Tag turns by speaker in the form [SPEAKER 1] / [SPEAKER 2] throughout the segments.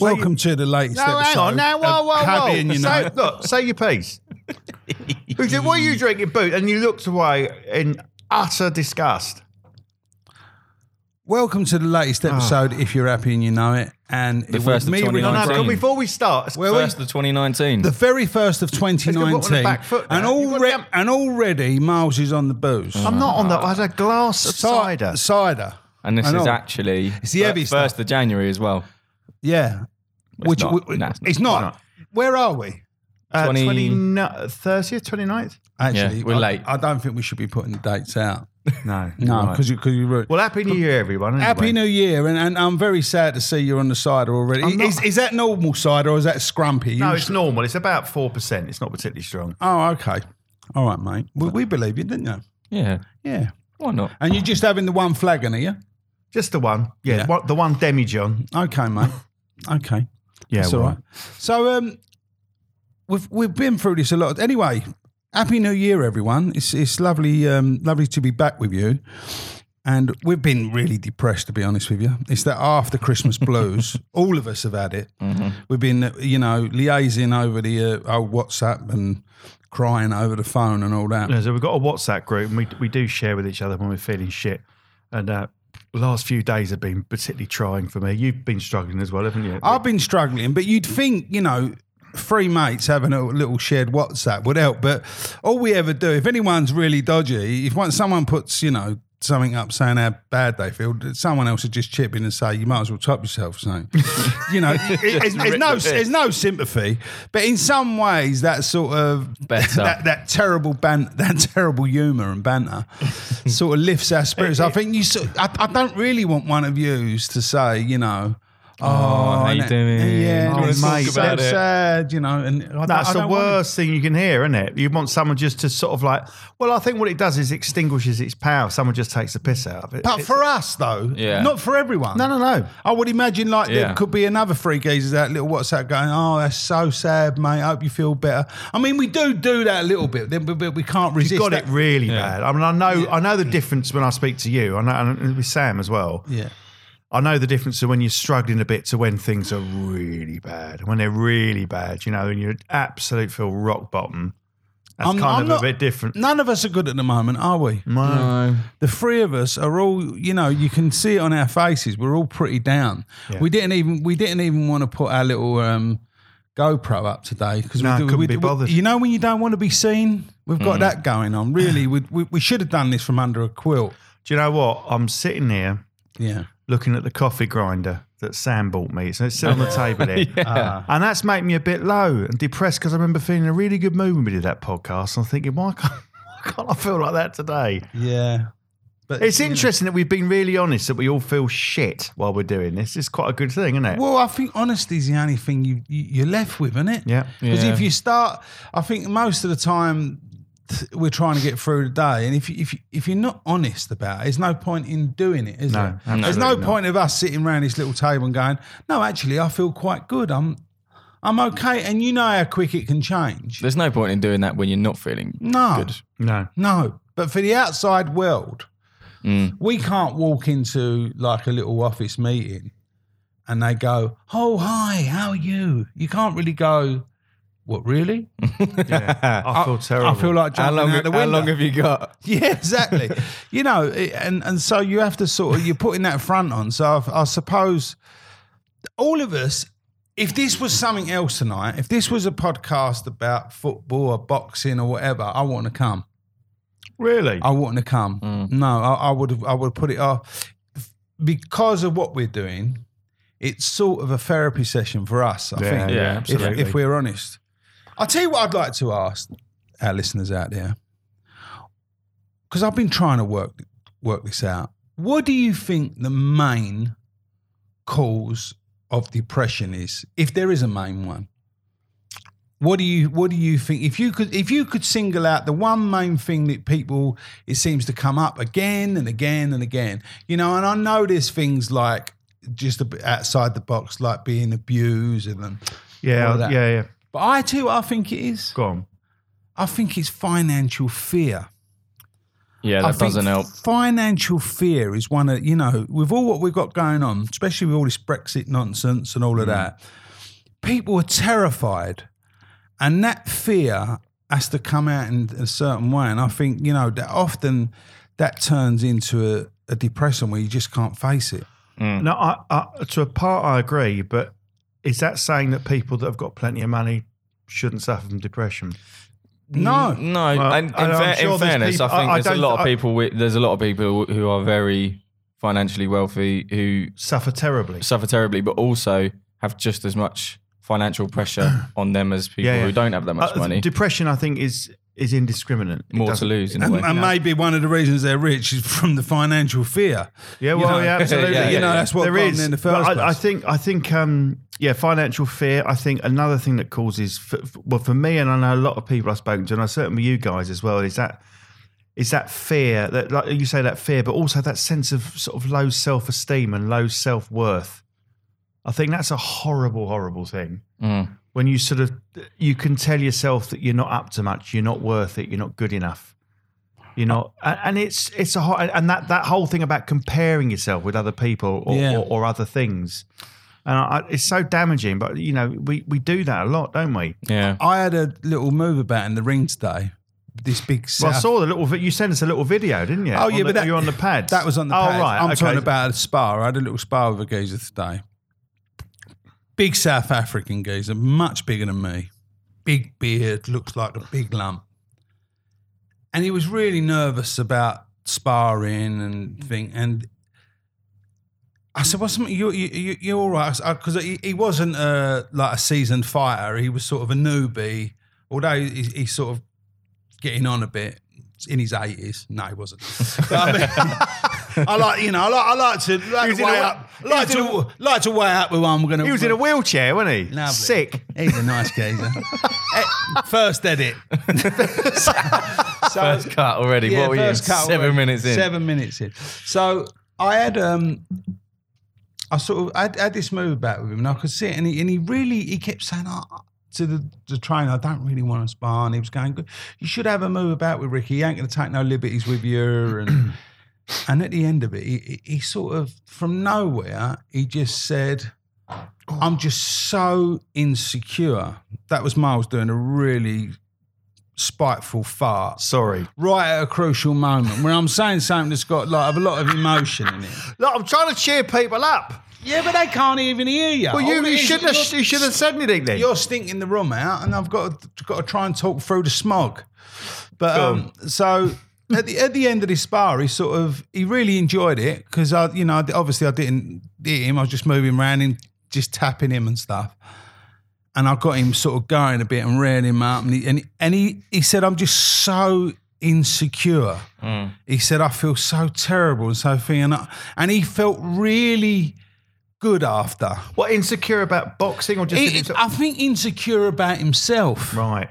[SPEAKER 1] Welcome to the latest
[SPEAKER 2] No, hang
[SPEAKER 1] episode. Uh,
[SPEAKER 2] on. Now, whoa,
[SPEAKER 1] of
[SPEAKER 2] whoa, whoa.
[SPEAKER 1] Cabby and
[SPEAKER 2] say,
[SPEAKER 1] United.
[SPEAKER 2] look, say your piece. He said, what are you drinking, boot? And you looked away in utter disgust.
[SPEAKER 1] Welcome to the latest episode. If you're happy and you know it, and the
[SPEAKER 3] first of
[SPEAKER 1] me, Rick-
[SPEAKER 3] 2019.
[SPEAKER 2] No,
[SPEAKER 3] Nineteen.
[SPEAKER 2] but before we start,
[SPEAKER 1] Well,
[SPEAKER 3] First of 2019.
[SPEAKER 1] Oh, the very first of
[SPEAKER 2] Let's get on the
[SPEAKER 1] 2019,
[SPEAKER 2] back foot now.
[SPEAKER 1] and
[SPEAKER 2] You've got to
[SPEAKER 1] already
[SPEAKER 2] get-
[SPEAKER 1] and already Miles is on the booze.
[SPEAKER 2] I'm not on that. I had a glass of
[SPEAKER 1] Si-
[SPEAKER 2] cider.
[SPEAKER 1] cider,
[SPEAKER 3] and this
[SPEAKER 1] I
[SPEAKER 3] is
[SPEAKER 1] know.
[SPEAKER 3] actually
[SPEAKER 1] It's the heavy
[SPEAKER 3] first of January as well.
[SPEAKER 1] yeah. Which
[SPEAKER 3] not.
[SPEAKER 1] w-
[SPEAKER 3] No, it's not.
[SPEAKER 1] it's not. Where are we?
[SPEAKER 2] Uh,
[SPEAKER 3] 20
[SPEAKER 2] 29th, 30th, 29th?
[SPEAKER 1] Actually,
[SPEAKER 3] Yeah, we're
[SPEAKER 1] I-
[SPEAKER 3] late.
[SPEAKER 1] I don't think we should be putting the dates out.
[SPEAKER 2] No.
[SPEAKER 1] No, because you because you ruined.
[SPEAKER 2] Well, Happy New Year, everyone. anyway.
[SPEAKER 1] Happy New Year, and, and I'm very sad to see you're on the cider already.
[SPEAKER 2] I'm not-
[SPEAKER 1] Is, is that normal cider or is that scrumpy?
[SPEAKER 2] No,
[SPEAKER 1] You-
[SPEAKER 2] it's normal. It's about 4%. It's not particularly strong.
[SPEAKER 1] oh, okay. All right, mate. We, we believe you, didn't you?
[SPEAKER 3] Yeah.
[SPEAKER 1] Yeah.
[SPEAKER 3] Why not?
[SPEAKER 1] And you're just having the one flagon, are you?
[SPEAKER 2] Just the one. Yeah,
[SPEAKER 1] Yeah.
[SPEAKER 2] One, the one demijohn.
[SPEAKER 1] Okay, mate. Okay.
[SPEAKER 2] Yeah,
[SPEAKER 1] That's all right. So um, we've we've been through this a lot. Anyway, happy New Year, everyone. It's it's lovely um, lovely to be back with you. And we've been really depressed, to be honest with you. It's that after Christmas blues. all of us have had it. We've been, you know, liaising over the uh, old WhatsApp and crying over the phone and all that.
[SPEAKER 2] Yeah, Uh, So we've got a WhatsApp group, and we we do share with each other when we're feeling shit. And uh, last few days have been particularly trying for me. You've been struggling as well, haven't you?
[SPEAKER 1] I've been struggling, but you'd think, you know, three mates having a little shared WhatsApp would help. But all we ever do, if anyone's really dodgy, if once someone puts, you know, something up saying how bad they feel, someone else would just chip in and say, you might as well top yourself. So, you know, it- it's, it's no, there's no sympathy. But in some ways, that sort of
[SPEAKER 3] Better.
[SPEAKER 1] that, that terrible ban, that terrible humour and banter, sort of lifts our spirits. I think you. Sort, I, I don't really want one of yous to say, you know. Oh,
[SPEAKER 3] how you
[SPEAKER 1] and-
[SPEAKER 3] doing?
[SPEAKER 1] Yeah,
[SPEAKER 3] Do you wanna
[SPEAKER 1] it's
[SPEAKER 2] talk
[SPEAKER 1] so
[SPEAKER 3] about it?
[SPEAKER 1] sad, you know. And I,
[SPEAKER 2] That's
[SPEAKER 1] I
[SPEAKER 2] the
[SPEAKER 1] don't want
[SPEAKER 2] worst thing you can hear, isn't it? You want someone just to sort of like, well, I think what it does is extinguishes its power. Someone just takes the piss out of it.
[SPEAKER 1] it. But for us though,
[SPEAKER 3] Yeah.
[SPEAKER 1] not for everyone.
[SPEAKER 2] no, no, no.
[SPEAKER 1] I would imagine like
[SPEAKER 3] Yeah.
[SPEAKER 1] there could be another three geezers that little WhatsApp going, oh, that's so sad, mate. I hope you feel better. I mean, we do do that a little bit, then but- but we can't resist.
[SPEAKER 2] You've got
[SPEAKER 1] that.
[SPEAKER 2] it really bad. I mean, I know, I know the difference when I speak to you. I know, and with Sam as well.
[SPEAKER 1] Yeah.
[SPEAKER 2] I know the difference of when you're struggling a bit to when things are really bad, when they're really bad, you know, and you're absolute feel rock bottom. That's
[SPEAKER 1] I'm-
[SPEAKER 2] kind
[SPEAKER 1] I'm
[SPEAKER 2] of
[SPEAKER 1] not-
[SPEAKER 2] a bit different.
[SPEAKER 1] None of us are good at the moment, are we?
[SPEAKER 2] No.
[SPEAKER 1] The three of us are all, you know, you can see it on our faces. We're all pretty down. We didn't even we didn't even want to put our little um, GoPro up today because
[SPEAKER 2] No,
[SPEAKER 1] we, do-
[SPEAKER 2] couldn't
[SPEAKER 1] we-
[SPEAKER 2] be
[SPEAKER 1] we-
[SPEAKER 2] bothered. Mm.
[SPEAKER 1] You know when you don't want to be seen, we've got that going on. Really, we, we we should have done this from under a quilt.
[SPEAKER 2] Do you know what? I'm sitting here
[SPEAKER 1] Yeah,
[SPEAKER 2] looking at the coffee grinder that Sam bought me. So it's still on the table here. Uh,
[SPEAKER 3] Yeah.
[SPEAKER 2] And that's making me a bit low and depressed because I remember feeling in a really good mood when we did that podcast. I'm thinking, why can't, why can't I feel like that today?
[SPEAKER 1] yeah. But
[SPEAKER 2] It's interesting that we've been really honest that we all feel shit while we're doing this. It's quite a good thing, isn't it?
[SPEAKER 1] Well, I think honesty's the only thing you, you you're left with, isn't it?
[SPEAKER 2] Yeah.
[SPEAKER 1] Because
[SPEAKER 3] Yeah.
[SPEAKER 1] if you start, I think most of the time th- we're trying to get through the day, and if you, if you, if you're not honest about it, there's no point in doing it, is
[SPEAKER 2] No,
[SPEAKER 1] there? There's
[SPEAKER 2] absolutely
[SPEAKER 1] no
[SPEAKER 2] not.
[SPEAKER 1] point of us sitting around this little table and going, "No, actually, I feel quite good. I'm I'm okay." And you know how quick it can change.
[SPEAKER 3] There's no point in doing that when you're not feeling
[SPEAKER 1] No.
[SPEAKER 3] good.
[SPEAKER 2] No.
[SPEAKER 1] No, but for the outside world,
[SPEAKER 2] Mm.
[SPEAKER 1] we can't walk into like a little office meeting and they go, "Oh, hi, how are you?" You can't really go, "What really?"
[SPEAKER 2] I feel terrible.
[SPEAKER 1] I feel like
[SPEAKER 3] How
[SPEAKER 1] jumping
[SPEAKER 3] long,
[SPEAKER 1] out the
[SPEAKER 3] how
[SPEAKER 1] window.
[SPEAKER 3] long have you got?
[SPEAKER 1] yeah, exactly. you know, it- and and so you have to sort of you're putting that front on. So I, I suppose all of us, if this was something else tonight, if this was a podcast about football or boxing or whatever, I want to come.
[SPEAKER 2] Really?
[SPEAKER 1] I wouldn't have come.
[SPEAKER 3] Mm.
[SPEAKER 1] No, I, I would have. I would have put it off because of what we're doing. It's sort of a therapy session for us. I think.
[SPEAKER 3] yeah,
[SPEAKER 1] if- If, we're honest, I'll tell you what I'd like to ask our listeners out there, because I've been trying to work work this out. What do you think the main cause of depression is, if there is a main one? What do you What do you think? If you could If you could single out the one main thing that people it seems to come up again and again and again, you know, and I know there's things like just a bit outside the box, like being abused and then. all
[SPEAKER 2] yeah, yeah,
[SPEAKER 1] that.
[SPEAKER 2] yeah.
[SPEAKER 1] But I too, I think it is.
[SPEAKER 2] Go on.
[SPEAKER 1] I think it's financial fear.
[SPEAKER 3] Yeah,
[SPEAKER 1] I
[SPEAKER 3] that
[SPEAKER 1] think
[SPEAKER 3] doesn't help.
[SPEAKER 1] Financial fear is one of you know, with all what we've got going on, especially with all this Brexit nonsense and all
[SPEAKER 3] Hmm.
[SPEAKER 1] of that, people are terrified, and that fear has to come out in a certain way. And I think you know that often that turns into a, a depression where you just can't face it.
[SPEAKER 3] Mm.
[SPEAKER 2] No, I, I, to a part, I agree, but is that saying that people that have got plenty of money shouldn't suffer from depression?
[SPEAKER 1] No,
[SPEAKER 3] No,
[SPEAKER 2] Well,
[SPEAKER 3] and in,
[SPEAKER 2] and I'm
[SPEAKER 3] fair- in
[SPEAKER 2] sure there's
[SPEAKER 3] fairness,
[SPEAKER 2] people-
[SPEAKER 3] I think
[SPEAKER 2] I- I
[SPEAKER 3] there's a
[SPEAKER 2] don't-
[SPEAKER 3] lot of
[SPEAKER 2] I-
[SPEAKER 3] people. With, there's a lot of people who are very financially wealthy who
[SPEAKER 2] Suffer terribly.
[SPEAKER 3] suffer terribly, but also have just as much financial pressure on them as people
[SPEAKER 2] Yeah, yeah.
[SPEAKER 3] who don't have that much
[SPEAKER 2] Uh,
[SPEAKER 3] money.
[SPEAKER 2] Depression, I think, is is indiscriminate. It
[SPEAKER 3] More to
[SPEAKER 2] doesn't-
[SPEAKER 3] lose in a
[SPEAKER 1] and,
[SPEAKER 3] way.
[SPEAKER 1] and maybe one of the reasons they're rich is from the financial fear.
[SPEAKER 2] Yeah,
[SPEAKER 1] You
[SPEAKER 2] well,
[SPEAKER 1] know.
[SPEAKER 2] yeah, absolutely.
[SPEAKER 3] Yeah, you know,
[SPEAKER 1] that's what
[SPEAKER 2] There
[SPEAKER 1] got 'em
[SPEAKER 2] is.
[SPEAKER 1] in the first
[SPEAKER 2] But I, I
[SPEAKER 1] place.
[SPEAKER 2] think, I think, um, yeah, financial fear. I think another thing that causes, f- f- well, for me, and I know a lot of people I've spoken to, and I certainly you guys as well, is that is that fear that like you say that fear, but also that sense of sort of low self esteem and low self worth. I think that's a horrible, horrible thing.
[SPEAKER 3] Mm.
[SPEAKER 2] When you sort of you can tell yourself that you're not up to much, you're not worth it, you're not good enough. You know, and, and it's it's a ho- and that that whole thing about comparing yourself with other people or,
[SPEAKER 1] Yeah.
[SPEAKER 2] or, or other things, and I, it's so damaging. But you know, we we do that a lot, don't we?
[SPEAKER 3] Yeah.
[SPEAKER 1] I had a little move about in the ring today. This big.
[SPEAKER 2] Well, I
[SPEAKER 1] setup.
[SPEAKER 2] saw the little. vi- You sent us a little video, didn't you?
[SPEAKER 1] Oh,
[SPEAKER 2] On
[SPEAKER 1] yeah,
[SPEAKER 2] the-
[SPEAKER 1] but that-
[SPEAKER 2] you're on the pads.
[SPEAKER 1] That was on the
[SPEAKER 2] oh,
[SPEAKER 1] pads.
[SPEAKER 2] right.
[SPEAKER 1] I'm
[SPEAKER 2] okay.
[SPEAKER 1] talking about a spa. I had a little spa with a geezer today. Big South African geezer, much bigger than me. Big beard, looks like a big lump. And he was really nervous about sparring
[SPEAKER 2] Mm.
[SPEAKER 1] and thing. And I said, "What's you you you you're all right?" Because he, he wasn't a, like a seasoned fighter. He was sort of a newbie, although he, he's sort of getting on a bit in his eighties. No, he wasn't. But I, mean, I like you know I like I like to
[SPEAKER 2] He
[SPEAKER 1] like
[SPEAKER 2] was
[SPEAKER 1] to
[SPEAKER 2] in
[SPEAKER 1] weigh
[SPEAKER 2] a-
[SPEAKER 1] up
[SPEAKER 2] he
[SPEAKER 1] like
[SPEAKER 2] was in
[SPEAKER 1] to like to weigh up with one. We're gonna.
[SPEAKER 2] He was in a wheelchair, wasn't he?
[SPEAKER 1] Lovely.
[SPEAKER 2] Sick.
[SPEAKER 1] He's a nice geezer. Eh, first edit.
[SPEAKER 3] First cut already.
[SPEAKER 1] Yeah,
[SPEAKER 3] what were you?
[SPEAKER 1] first cut
[SPEAKER 3] seven
[SPEAKER 1] already.
[SPEAKER 3] minutes in.
[SPEAKER 1] Seven minutes in. So I had um, I sort of I had, had this move about with him, and I could see it, and he, and he really he kept saying oh, to the, the trainer, "I don't really want to spar," and he was going, "You should have a move about with Ricky. He ain't going to take no liberties with you." And and at the end of it, he, he- he sort of from nowhere he just said. I'm just so insecure. That was Miles doing a really spiteful fart
[SPEAKER 2] Sorry.
[SPEAKER 1] right at a crucial moment where I'm saying something that's got like a lot of emotion in it.
[SPEAKER 2] Look, I'm trying to cheer people up.
[SPEAKER 1] Yeah, but they can't even hear you.
[SPEAKER 2] Well,
[SPEAKER 1] All
[SPEAKER 2] you,
[SPEAKER 1] it
[SPEAKER 2] you
[SPEAKER 1] is,
[SPEAKER 2] shouldn't have.
[SPEAKER 1] you're-
[SPEAKER 2] You should have said anything then.
[SPEAKER 1] You're stinking the room out, and I've got to, got to try and talk through the smog. But
[SPEAKER 2] Go
[SPEAKER 1] um, so at the at the end of this bar, he sort of he really enjoyed it because I, you know, obviously I didn't hit him. I was just moving around him, just tapping him and stuff. And I got him sort of going a bit and rearing him up, and he and, and he he said, "I'm just so insecure." He said, "I feel so terrible and so thing," and I, and he felt really good after.
[SPEAKER 2] What insecure about boxing or just
[SPEAKER 1] He- I think insecure about himself,
[SPEAKER 2] right?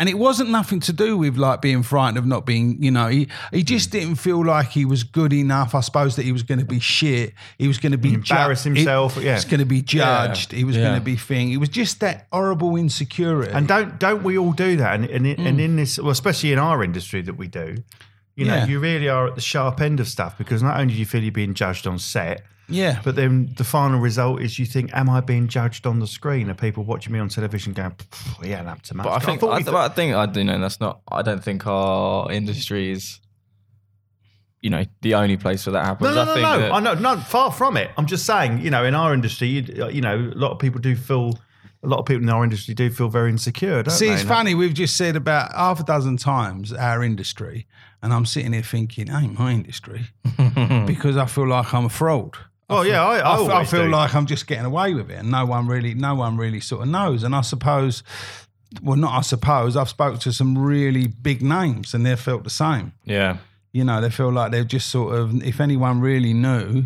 [SPEAKER 1] and it wasn't nothing to do with like being frightened of not being, you know, he he just
[SPEAKER 2] Hmm.
[SPEAKER 1] didn't feel like he was good enough. I suppose that he was going to be shit. He was going to be
[SPEAKER 2] Embarrass
[SPEAKER 1] ju-
[SPEAKER 2] himself,
[SPEAKER 1] He,
[SPEAKER 2] yeah.
[SPEAKER 1] was going to be judged. He was
[SPEAKER 3] Yeah.
[SPEAKER 1] going to be thing. It was just that horrible insecurity.
[SPEAKER 2] And don't don't we all do that? And and, and in this, well, especially in our industry that we do, you know,
[SPEAKER 1] Yeah.
[SPEAKER 2] you really are at the sharp end of stuff because not only do you feel you're being judged on set,
[SPEAKER 1] yeah,
[SPEAKER 2] but then the final result is you think, am I being judged on the screen? Are people watching me on television going, "Pff, he ain't up to much?
[SPEAKER 3] But I think
[SPEAKER 2] thought
[SPEAKER 3] I,
[SPEAKER 2] we
[SPEAKER 3] but I think I do know that's not. I don't think our industry is, you know, the only place where that happens.
[SPEAKER 2] No, no,
[SPEAKER 3] I
[SPEAKER 2] no,
[SPEAKER 3] think
[SPEAKER 2] no.
[SPEAKER 3] that-
[SPEAKER 2] I know, no, far from it. I'm just saying, you know, in our industry, you, you know, a lot of people do feel, a lot of people in our industry do feel very insecure, don't
[SPEAKER 1] See,
[SPEAKER 2] they?
[SPEAKER 1] it's funny. We've just said about half a dozen times our industry, and I'm sitting here thinking, ain't my industry because I feel like I'm a fraud.
[SPEAKER 2] Oh yeah,
[SPEAKER 1] I,
[SPEAKER 2] I, I,
[SPEAKER 1] f- I
[SPEAKER 2] always
[SPEAKER 1] feel
[SPEAKER 2] do.
[SPEAKER 1] like I'm just getting away with it, and no one really, no one really sort of knows. And I suppose, well, not I suppose, I've spoke to some really big names, and they felt the same.
[SPEAKER 3] yeah.
[SPEAKER 1] You know, they feel like they've just sort of, if anyone really knew,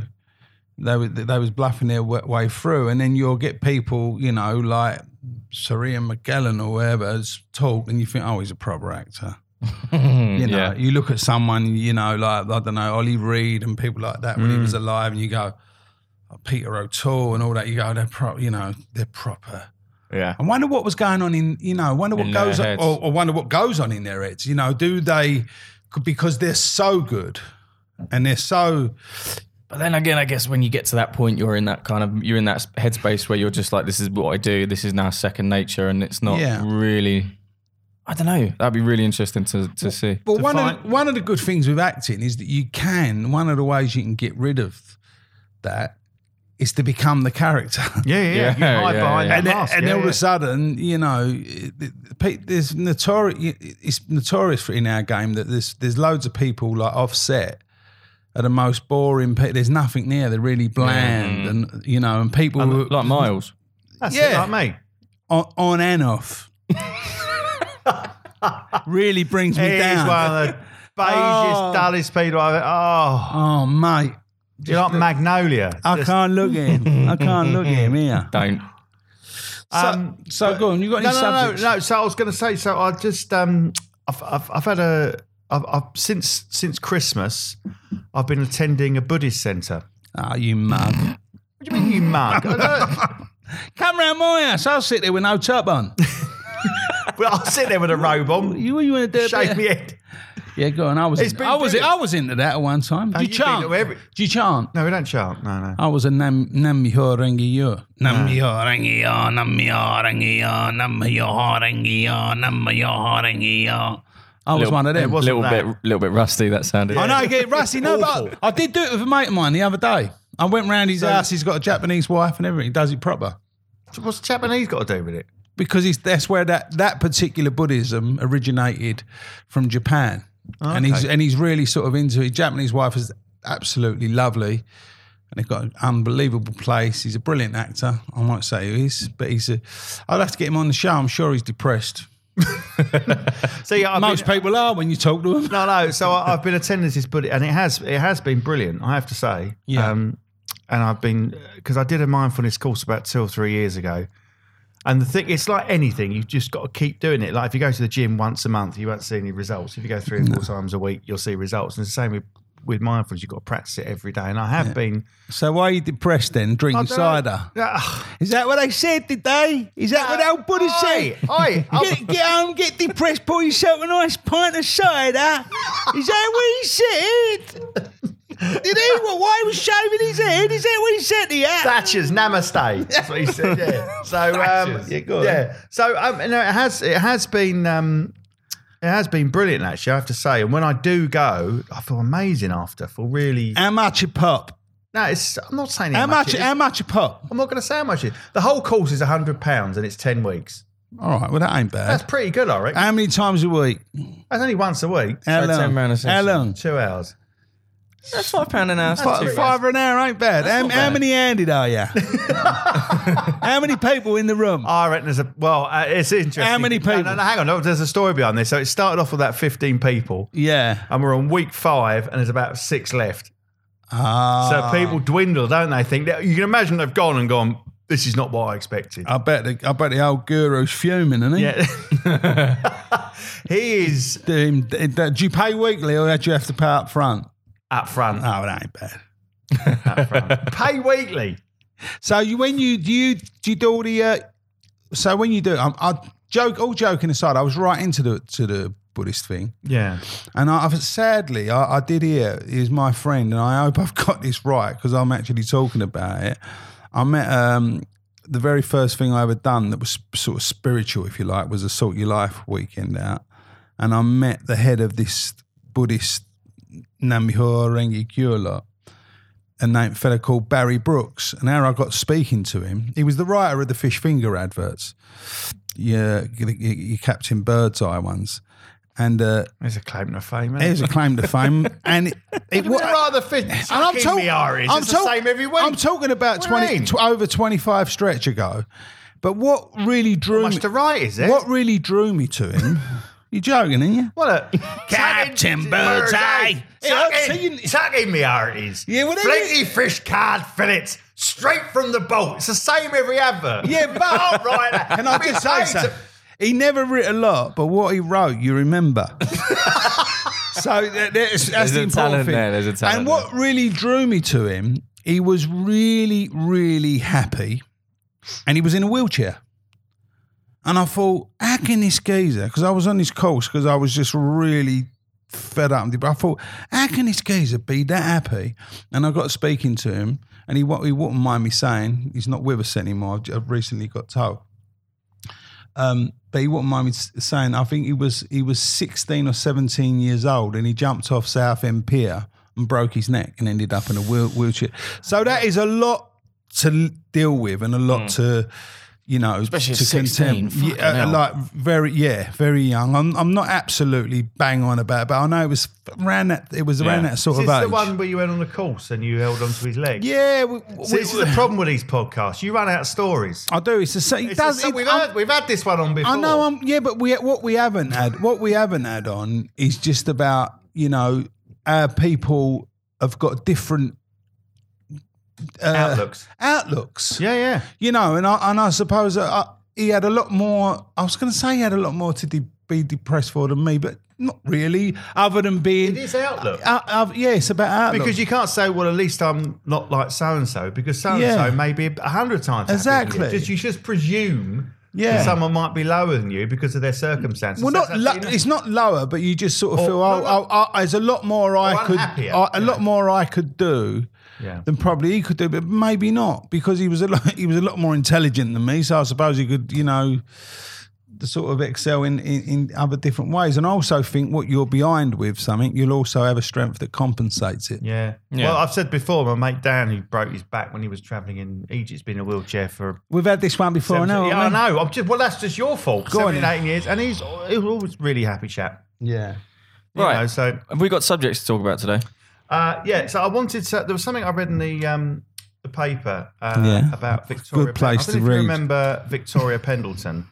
[SPEAKER 1] they was they was bluffing their wa- way through. And then you'll get people, you know, like Saria McGellen or whoever's talk, and you think, oh, he's a proper actor. You know,
[SPEAKER 3] Mm, yeah.
[SPEAKER 1] you look at someone, you know, like I don't know, Ollie Reed and people like that when he
[SPEAKER 3] Mm.
[SPEAKER 1] was alive, and you go, oh, Peter O'Toole and all that. You go, they're pro- you know, they're proper.
[SPEAKER 3] Yeah.
[SPEAKER 1] I wonder what was going on in, you know, I wonder what
[SPEAKER 3] In their
[SPEAKER 1] goes on,
[SPEAKER 3] heads.
[SPEAKER 1] or, or wonder what goes on in their heads. You know, do they because they're so good and they're so
[SPEAKER 3] But then again, I guess when you get to that point, you're in that kind of you're in that headspace where you're just like, this is what I do. This is now second nature, and it's not
[SPEAKER 1] Yeah.
[SPEAKER 3] really. I don't know. That'd be really interesting to to see.
[SPEAKER 1] But one of
[SPEAKER 2] find-
[SPEAKER 1] the, one of the good things with acting is that you can one of the ways you can get rid of that is to become the character.
[SPEAKER 2] Yeah, yeah, yeah.
[SPEAKER 3] Yeah,
[SPEAKER 2] You hide behind
[SPEAKER 3] yeah, yeah.
[SPEAKER 2] that
[SPEAKER 1] and then,
[SPEAKER 2] mask.
[SPEAKER 1] and
[SPEAKER 2] yeah,
[SPEAKER 1] all of
[SPEAKER 2] yeah.
[SPEAKER 1] a sudden, you know, it- it- pe- there's notorious. It's notorious for in our game that there's there's loads of people like offset are the most boring. Pe- there's nothing there. They're really bland,
[SPEAKER 2] Mm-hmm.
[SPEAKER 1] and you know, and people who-
[SPEAKER 3] like Miles.
[SPEAKER 2] That's
[SPEAKER 1] Yeah.
[SPEAKER 2] it, like me.
[SPEAKER 1] on, on and off really brings me
[SPEAKER 2] He's
[SPEAKER 1] down.
[SPEAKER 2] one of the beigest,
[SPEAKER 1] Oh.
[SPEAKER 2] dullest people I've Oh,
[SPEAKER 1] oh mate,
[SPEAKER 2] you're like Magnolia.
[SPEAKER 1] I can't look at him. I can't look at him here.
[SPEAKER 3] Don't.
[SPEAKER 2] Um,
[SPEAKER 1] so go on. You got any
[SPEAKER 2] no, no,
[SPEAKER 1] subjects?
[SPEAKER 2] no, no. So I was going to say. So I just, um, I've, I've, I've had a, I've, I've since since Christmas, I've been attending a Buddhist centre.
[SPEAKER 1] Ah, you mug.
[SPEAKER 2] What do you mean, you mug? I don't-
[SPEAKER 1] Come round my house. I'll sit there with no top on.
[SPEAKER 2] well, I'll sit there with a robe on,
[SPEAKER 1] You, you want to do a bit
[SPEAKER 2] shave
[SPEAKER 1] of-
[SPEAKER 2] my head.
[SPEAKER 1] Yeah, go on. I was.
[SPEAKER 2] It's
[SPEAKER 1] in-
[SPEAKER 2] been
[SPEAKER 1] I was.
[SPEAKER 2] brilliant.
[SPEAKER 1] I was into that at one time. Do you
[SPEAKER 2] you've been
[SPEAKER 1] chant?
[SPEAKER 2] to every-
[SPEAKER 1] Do you chant?
[SPEAKER 2] No, we don't chant. No, no.
[SPEAKER 1] I was a nam namihor rangiyo,
[SPEAKER 2] Ah.
[SPEAKER 1] namihor rangiyo, namihor rangiyo, namihor rangiyo, namihor rangiyo. I was
[SPEAKER 3] Little-
[SPEAKER 1] one of them.
[SPEAKER 2] it wasn't
[SPEAKER 3] little
[SPEAKER 2] that.
[SPEAKER 3] bit, little bit rusty. That sounded.
[SPEAKER 1] I know, I get rusty. No, but I did do it with a mate of mine the other day. I went round his house. He's got a Japanese wife and everything. He does it proper
[SPEAKER 2] So what's Japanese got to do with it?
[SPEAKER 1] because he's, that's where that, that particular Buddhism originated from Japan, and he's and he's really sort of into it. Japanese wife is absolutely lovely, and they've got an unbelievable place. He's a brilliant actor. I won't say who he is, but he's a. I'll have to get him on the show. I'm sure he's depressed.
[SPEAKER 2] So yeah, I've been-
[SPEAKER 1] Most people are when you talk to them.
[SPEAKER 2] No, no. So I, I've been attending this, but and it has it has been brilliant. I have to say.
[SPEAKER 1] Yeah.
[SPEAKER 2] Um, and I've been because I did a mindfulness course about two or three years ago, and the thing it's like anything you've just got to keep doing it. Like if you go to the gym once a month, you won't see any results. If you go three or four times a week, you'll see results. And it's the same with with mindfulness, you've got to practice it every day. And I have been.
[SPEAKER 1] So why are you depressed then? Drinking cider.
[SPEAKER 2] Ah,
[SPEAKER 1] Is that what they said today? Is that
[SPEAKER 2] Uh,
[SPEAKER 1] what old Buddha
[SPEAKER 2] Oi,
[SPEAKER 1] said?
[SPEAKER 2] oi, I'm-
[SPEAKER 1] Get, get home, get depressed, pour yourself a nice pint of cider. Is that what he said? Did he? Well, why he was shaving his head? Is that what he said to you?
[SPEAKER 2] Thatcher's namaste. That's what he said. Yeah. So um,
[SPEAKER 1] Thatcher's.
[SPEAKER 2] yeah, yeah. So um, no, it has it has been um, it has been brilliant actually. I have to say, and when I do go, I feel amazing after. I feel really.
[SPEAKER 1] How much a pop?
[SPEAKER 2] No, it's. I'm not saying
[SPEAKER 1] How much?
[SPEAKER 2] it is.
[SPEAKER 1] How much a pop?
[SPEAKER 2] I'm not going to say how much it is. The whole course is hundred pounds and it's ten weeks.
[SPEAKER 1] All right, well that ain't
[SPEAKER 2] That's
[SPEAKER 1] bad.
[SPEAKER 2] pretty good, I reckon.
[SPEAKER 1] How many times a week?
[SPEAKER 2] That's only once a week,
[SPEAKER 1] How
[SPEAKER 3] So
[SPEAKER 1] long?
[SPEAKER 3] 10 round a
[SPEAKER 1] How
[SPEAKER 3] session.
[SPEAKER 1] long?
[SPEAKER 2] two hours.
[SPEAKER 3] That's five pound an hour.
[SPEAKER 2] That's
[SPEAKER 1] Five, five an hour ain't bad. How,
[SPEAKER 3] not
[SPEAKER 1] how
[SPEAKER 3] bad.
[SPEAKER 1] many handed are you? how many people in the room?
[SPEAKER 2] I reckon there's a well. Uh, it's interesting.
[SPEAKER 1] How many
[SPEAKER 2] No, no,
[SPEAKER 1] people?
[SPEAKER 2] no, hang on. No, there's a story behind this. So it started off with about 15 people,
[SPEAKER 1] Yeah.
[SPEAKER 2] and we're on week five, and there's about six left.
[SPEAKER 1] Ah.
[SPEAKER 2] So people dwindle, don't they? Think that you can imagine they've gone and gone. This is not what I expected.
[SPEAKER 1] I bet the I bet the old guru's fuming, isn't he?
[SPEAKER 2] yeah, he is
[SPEAKER 1] Do, him- do you pay weekly or do you have to pay up front?
[SPEAKER 2] up front.
[SPEAKER 1] Oh, that ain't bad.
[SPEAKER 2] Up front. Pay weekly.
[SPEAKER 1] So you when you do you do you do all the uh, so when you do I, I joke all joking aside, I was right into the to the Buddhist thing,
[SPEAKER 2] Yeah,
[SPEAKER 1] and I, I've sadly I, I did hear he was my friend, and I hope I've got this right because I'm actually talking about it. I met um, the very first thing I ever done that was sort of spiritual, if you like, was a Sort Your Life weekend out, and I met the head of this Buddhist Namihor Rengi Kyo lot a name fella called Barry Brooks. And how I got speaking to him, he was the writer of the fish finger adverts, your, your, your Captain Birdseye ones. And uh,
[SPEAKER 2] there's a claim to fame.
[SPEAKER 1] it
[SPEAKER 2] Isn't
[SPEAKER 1] was a claim to fame. And it, it
[SPEAKER 2] it?
[SPEAKER 1] wa-
[SPEAKER 2] rather fit.
[SPEAKER 1] and
[SPEAKER 2] I'm talking. Irish.
[SPEAKER 1] I'm
[SPEAKER 2] it's
[SPEAKER 1] talk-
[SPEAKER 2] the same every week.
[SPEAKER 1] I'm talking about
[SPEAKER 2] What do you
[SPEAKER 1] 20,
[SPEAKER 2] mean?
[SPEAKER 1] tw- over 25 stretch ago. But what really drew
[SPEAKER 2] much
[SPEAKER 1] me,
[SPEAKER 2] to write, is it?
[SPEAKER 1] what really drew me to him? You're joking, aren't you?
[SPEAKER 2] What a
[SPEAKER 1] Captain Birdseye.
[SPEAKER 2] Tuck
[SPEAKER 1] Yeah,
[SPEAKER 2] in,
[SPEAKER 1] so you-
[SPEAKER 2] tuck in me arties.
[SPEAKER 1] Yeah, well, there
[SPEAKER 2] Flaky fish card fillets straight from the boat. It's the same every advert.
[SPEAKER 1] Yeah, but-
[SPEAKER 2] All right.
[SPEAKER 1] Can I just say something? He never wrote a lot, but what he wrote, you remember. so that- that's, that's
[SPEAKER 3] There's
[SPEAKER 1] the
[SPEAKER 3] a
[SPEAKER 1] important
[SPEAKER 3] talent
[SPEAKER 1] thing.
[SPEAKER 3] there, there's a talent
[SPEAKER 1] and what really drew me to him, he was really, really happy, and he was in a wheelchair. And I thought, how can this geezer? Because I was on his course because I was just really fed up. But I thought, how can this geezer be that happy? And I got speaking to him, and he, wa- he wouldn't mind me saying he's not with us anymore. I've, j- I've recently got told. Um, but he wouldn't mind me s- saying I think he was he was 16 or 17 years old, and he jumped off Southend Pier and broke his neck and ended up in a wheel, wheelchair. So that is a lot to l- deal with and a lot to. You know,
[SPEAKER 3] Hmm. Especially at
[SPEAKER 1] to
[SPEAKER 3] 16,
[SPEAKER 1] contend.
[SPEAKER 3] fucking
[SPEAKER 1] Yeah,
[SPEAKER 3] hell.
[SPEAKER 1] like like very yeah very young i'm i'm not absolutely bang on about it but i know it was around that it was around
[SPEAKER 3] Yeah.
[SPEAKER 1] that sort
[SPEAKER 2] Is
[SPEAKER 1] of
[SPEAKER 2] this
[SPEAKER 1] age
[SPEAKER 2] the one where you went on a course and you held onto his leg?
[SPEAKER 1] yeah we,
[SPEAKER 2] See, this is the problem with these podcasts. You run out of stories.
[SPEAKER 1] i do it's the same it
[SPEAKER 2] It's
[SPEAKER 1] does
[SPEAKER 2] the-
[SPEAKER 1] it,
[SPEAKER 2] we've,
[SPEAKER 1] I'm-
[SPEAKER 2] had, we've had this one on before.
[SPEAKER 1] I know. I'm yeah, but we what we haven't had what we haven't had on is just about you know our people have got different uh,
[SPEAKER 2] Outlooks.
[SPEAKER 1] outlooks.
[SPEAKER 2] Yeah, yeah.
[SPEAKER 1] you know, and I and I suppose that I, he had a lot more. I was going to say he had a lot more to de- be depressed for than me, but not really. Other than being
[SPEAKER 2] It is outlook.
[SPEAKER 1] Uh, uh, yeah, it's about outlook.
[SPEAKER 2] Because you can't say, well, at least I'm not like so and so, because so and
[SPEAKER 1] Yeah.
[SPEAKER 2] so may be a hundred times happier than you.
[SPEAKER 1] Exactly.
[SPEAKER 2] Just, you just presume
[SPEAKER 1] Yeah.
[SPEAKER 2] that someone might be lower than you because of their circumstances.
[SPEAKER 1] well,
[SPEAKER 2] That's
[SPEAKER 1] not lo-
[SPEAKER 2] absolutely
[SPEAKER 1] it's not lower, but you just sort of feel oh,
[SPEAKER 2] no,
[SPEAKER 1] oh, oh, there's a lot more I
[SPEAKER 2] Or
[SPEAKER 1] could
[SPEAKER 2] unhappier,
[SPEAKER 1] I- a
[SPEAKER 2] yeah.
[SPEAKER 1] lot more I could do
[SPEAKER 2] Yeah.
[SPEAKER 1] than probably he could do, but maybe not because he was a lot, he was a lot more intelligent than me. So I suppose he could you know the sort of excel in, in, in other different ways. And I also think what you're behind with something, you'll also have a strength that compensates it.
[SPEAKER 2] Yeah.
[SPEAKER 3] Yeah.
[SPEAKER 2] Well, I've said before, my mate Dan, who broke his back when he was travelling in Egypt, been in a wheelchair for.
[SPEAKER 1] We've had this one before, now.
[SPEAKER 2] yeah, I
[SPEAKER 1] haven't
[SPEAKER 2] know. I'm just, well, that's just your fault.
[SPEAKER 1] Go on
[SPEAKER 2] 17, 18 years. And he's, he was always really happy chap.
[SPEAKER 1] we? yeah.
[SPEAKER 2] You
[SPEAKER 3] Right.
[SPEAKER 2] know, so,
[SPEAKER 3] Have we got subjects to talk about today?
[SPEAKER 2] uh, yeah. So I wanted to. There was something I read in the. Um, the paper uh,
[SPEAKER 1] Yeah.
[SPEAKER 2] about Victoria. Pen-
[SPEAKER 1] place
[SPEAKER 2] I don't
[SPEAKER 1] to
[SPEAKER 2] know if
[SPEAKER 1] read.
[SPEAKER 2] You remember Victoria Pendleton?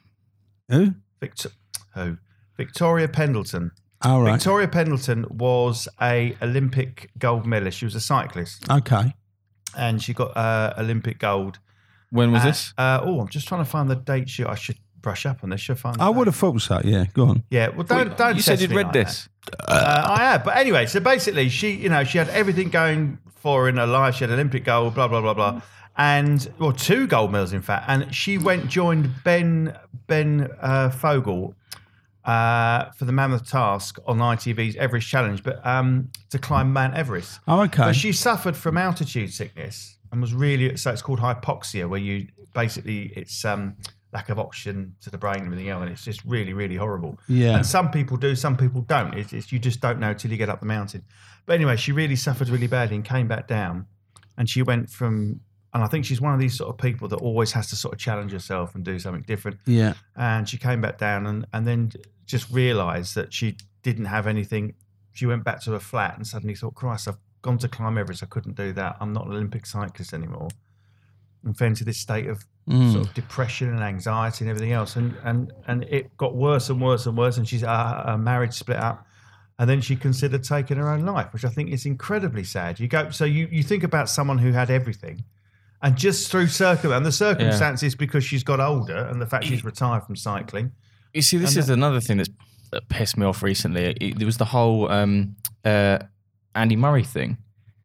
[SPEAKER 1] Who?
[SPEAKER 2] Victor- who? Victoria Pendleton.
[SPEAKER 1] All right.
[SPEAKER 2] Victoria Pendleton was a Olympic gold medalist. She was a cyclist,
[SPEAKER 1] okay.
[SPEAKER 2] and she got uh, Olympic gold.
[SPEAKER 3] When was
[SPEAKER 2] at-
[SPEAKER 3] this?
[SPEAKER 2] Uh, oh, I'm just trying to find the date. Shoot, I should brush up on this. Should find. the
[SPEAKER 1] I
[SPEAKER 2] date.
[SPEAKER 1] would have thought so. Yeah. Go on.
[SPEAKER 2] Yeah. Well, don't don't.
[SPEAKER 3] you said
[SPEAKER 2] test
[SPEAKER 3] you'd
[SPEAKER 2] me
[SPEAKER 3] read
[SPEAKER 2] like
[SPEAKER 3] this.
[SPEAKER 2] that. Uh, I have, but anyway. So basically, she you know she had everything going for her in her life. She had Olympic gold, blah blah blah blah, and well two gold medals in fact. And she went joined Ben Ben uh, Fogel. Uh, for the mammoth task on ITV's Everest Challenge, but um, to climb Mount Everest.
[SPEAKER 1] Oh, okay.
[SPEAKER 2] But she suffered from altitude sickness and was really so it's called hypoxia, where you basically it's um lack of oxygen to the brain and everything else, and it's just really, really horrible.
[SPEAKER 1] Yeah.
[SPEAKER 2] And some people do, some people don't. It's, it's you just don't know till you get up the mountain. But anyway, she really suffered really badly and came back down, and she went from. And I think she's one of these sort of people that always has to sort of challenge herself and do something different
[SPEAKER 1] yeah.
[SPEAKER 2] and she came back down and, and then just realized that she didn't have anything. She went back to her flat and suddenly thought, Christ, I've gone to climb Everest. I couldn't do that. I'm not an Olympic cyclist anymore. And fell into this state of
[SPEAKER 1] Mm.
[SPEAKER 2] sort of depression and anxiety and everything else. And, and, and it got worse and worse and worse. And she's uh, her marriage split up. And then she considered taking her own life, which I think is incredibly sad. You go, so you, you think about someone who had everything. And just through circum and the circumstances, because she's got older and the fact she's retired from cycling,
[SPEAKER 3] You see, this is another thing that's, that pissed me off recently. It, there was the whole um, uh, Andy Murray thing.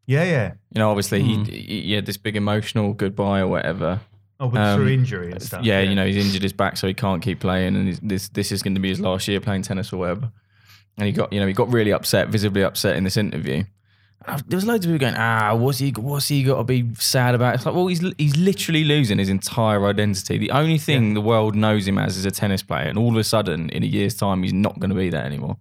[SPEAKER 2] Yeah, yeah.
[SPEAKER 3] You know, obviously he, he he had this big emotional goodbye or whatever.
[SPEAKER 2] Oh, but
[SPEAKER 3] Um,
[SPEAKER 2] through injury and stuff.
[SPEAKER 3] yeah, you know, he's injured his back, so he can't keep playing, and he's- this this is going to be his last year playing tennis or whatever. And he got, you know, he got really upset, visibly upset in this interview. And I- There was loads of people going, ah, what's he, what's he got to be sad about? It's like, well, he's he's literally losing his entire identity. The only thing the world knows him as is a tennis player, and all of a sudden, in a year's time, he's not going to be that anymore.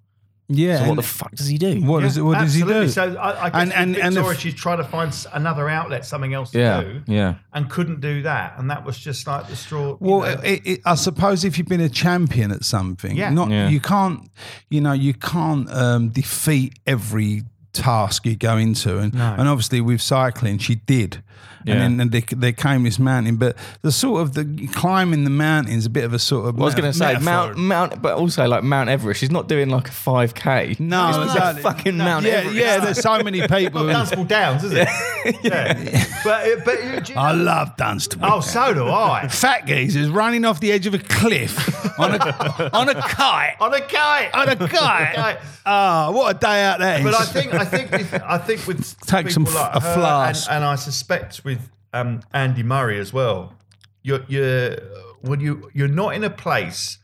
[SPEAKER 1] Yeah.
[SPEAKER 3] So what
[SPEAKER 1] and
[SPEAKER 3] the fuck does he do?
[SPEAKER 1] what does it? What
[SPEAKER 2] Absolutely.
[SPEAKER 1] does he do?
[SPEAKER 2] So I, I guess
[SPEAKER 1] And-
[SPEAKER 2] and,
[SPEAKER 1] and- and the
[SPEAKER 2] Victoria,
[SPEAKER 1] f-
[SPEAKER 2] she's trying to find s- another outlet, something else to
[SPEAKER 3] yeah,
[SPEAKER 2] do,
[SPEAKER 3] yeah.
[SPEAKER 2] and couldn't do that. And that was just like the straw. you
[SPEAKER 1] Well,
[SPEAKER 2] know.
[SPEAKER 1] it, it, I suppose if you've been a champion at something,
[SPEAKER 2] Yeah.
[SPEAKER 1] not
[SPEAKER 3] Yeah.
[SPEAKER 1] you can't, you know, you can't um, defeat every task you go into, and and obviously with cycling, she did,
[SPEAKER 3] Yeah.
[SPEAKER 1] and then and they, there came this mountain, but the sort of the climbing the mountain is a bit of a sort of.
[SPEAKER 3] I was going to say Mount Mount, but also like Mount Everest. She's not doing like a five k.
[SPEAKER 1] No,
[SPEAKER 3] it's like
[SPEAKER 1] exactly.
[SPEAKER 3] fucking Mount
[SPEAKER 1] yeah,
[SPEAKER 3] Everest.
[SPEAKER 1] yeah. There's so many people. who-
[SPEAKER 2] Dunstable Downs, isn't it? yeah. But it- but you- do you-
[SPEAKER 1] I love Dunstable.
[SPEAKER 2] oh, so do I.
[SPEAKER 1] Fat geezer's running off the edge of a cliff on a on a kite.
[SPEAKER 2] On a kite.
[SPEAKER 1] On a kite.
[SPEAKER 2] Kite.
[SPEAKER 1] Ah, what a day out there!
[SPEAKER 2] But I think I think with, I think with
[SPEAKER 1] Take some
[SPEAKER 2] people
[SPEAKER 1] f-
[SPEAKER 2] like
[SPEAKER 1] a
[SPEAKER 2] her
[SPEAKER 1] flask.
[SPEAKER 2] and, and I suspect with um, Andy Murray as well. You're you're when you you're not in a place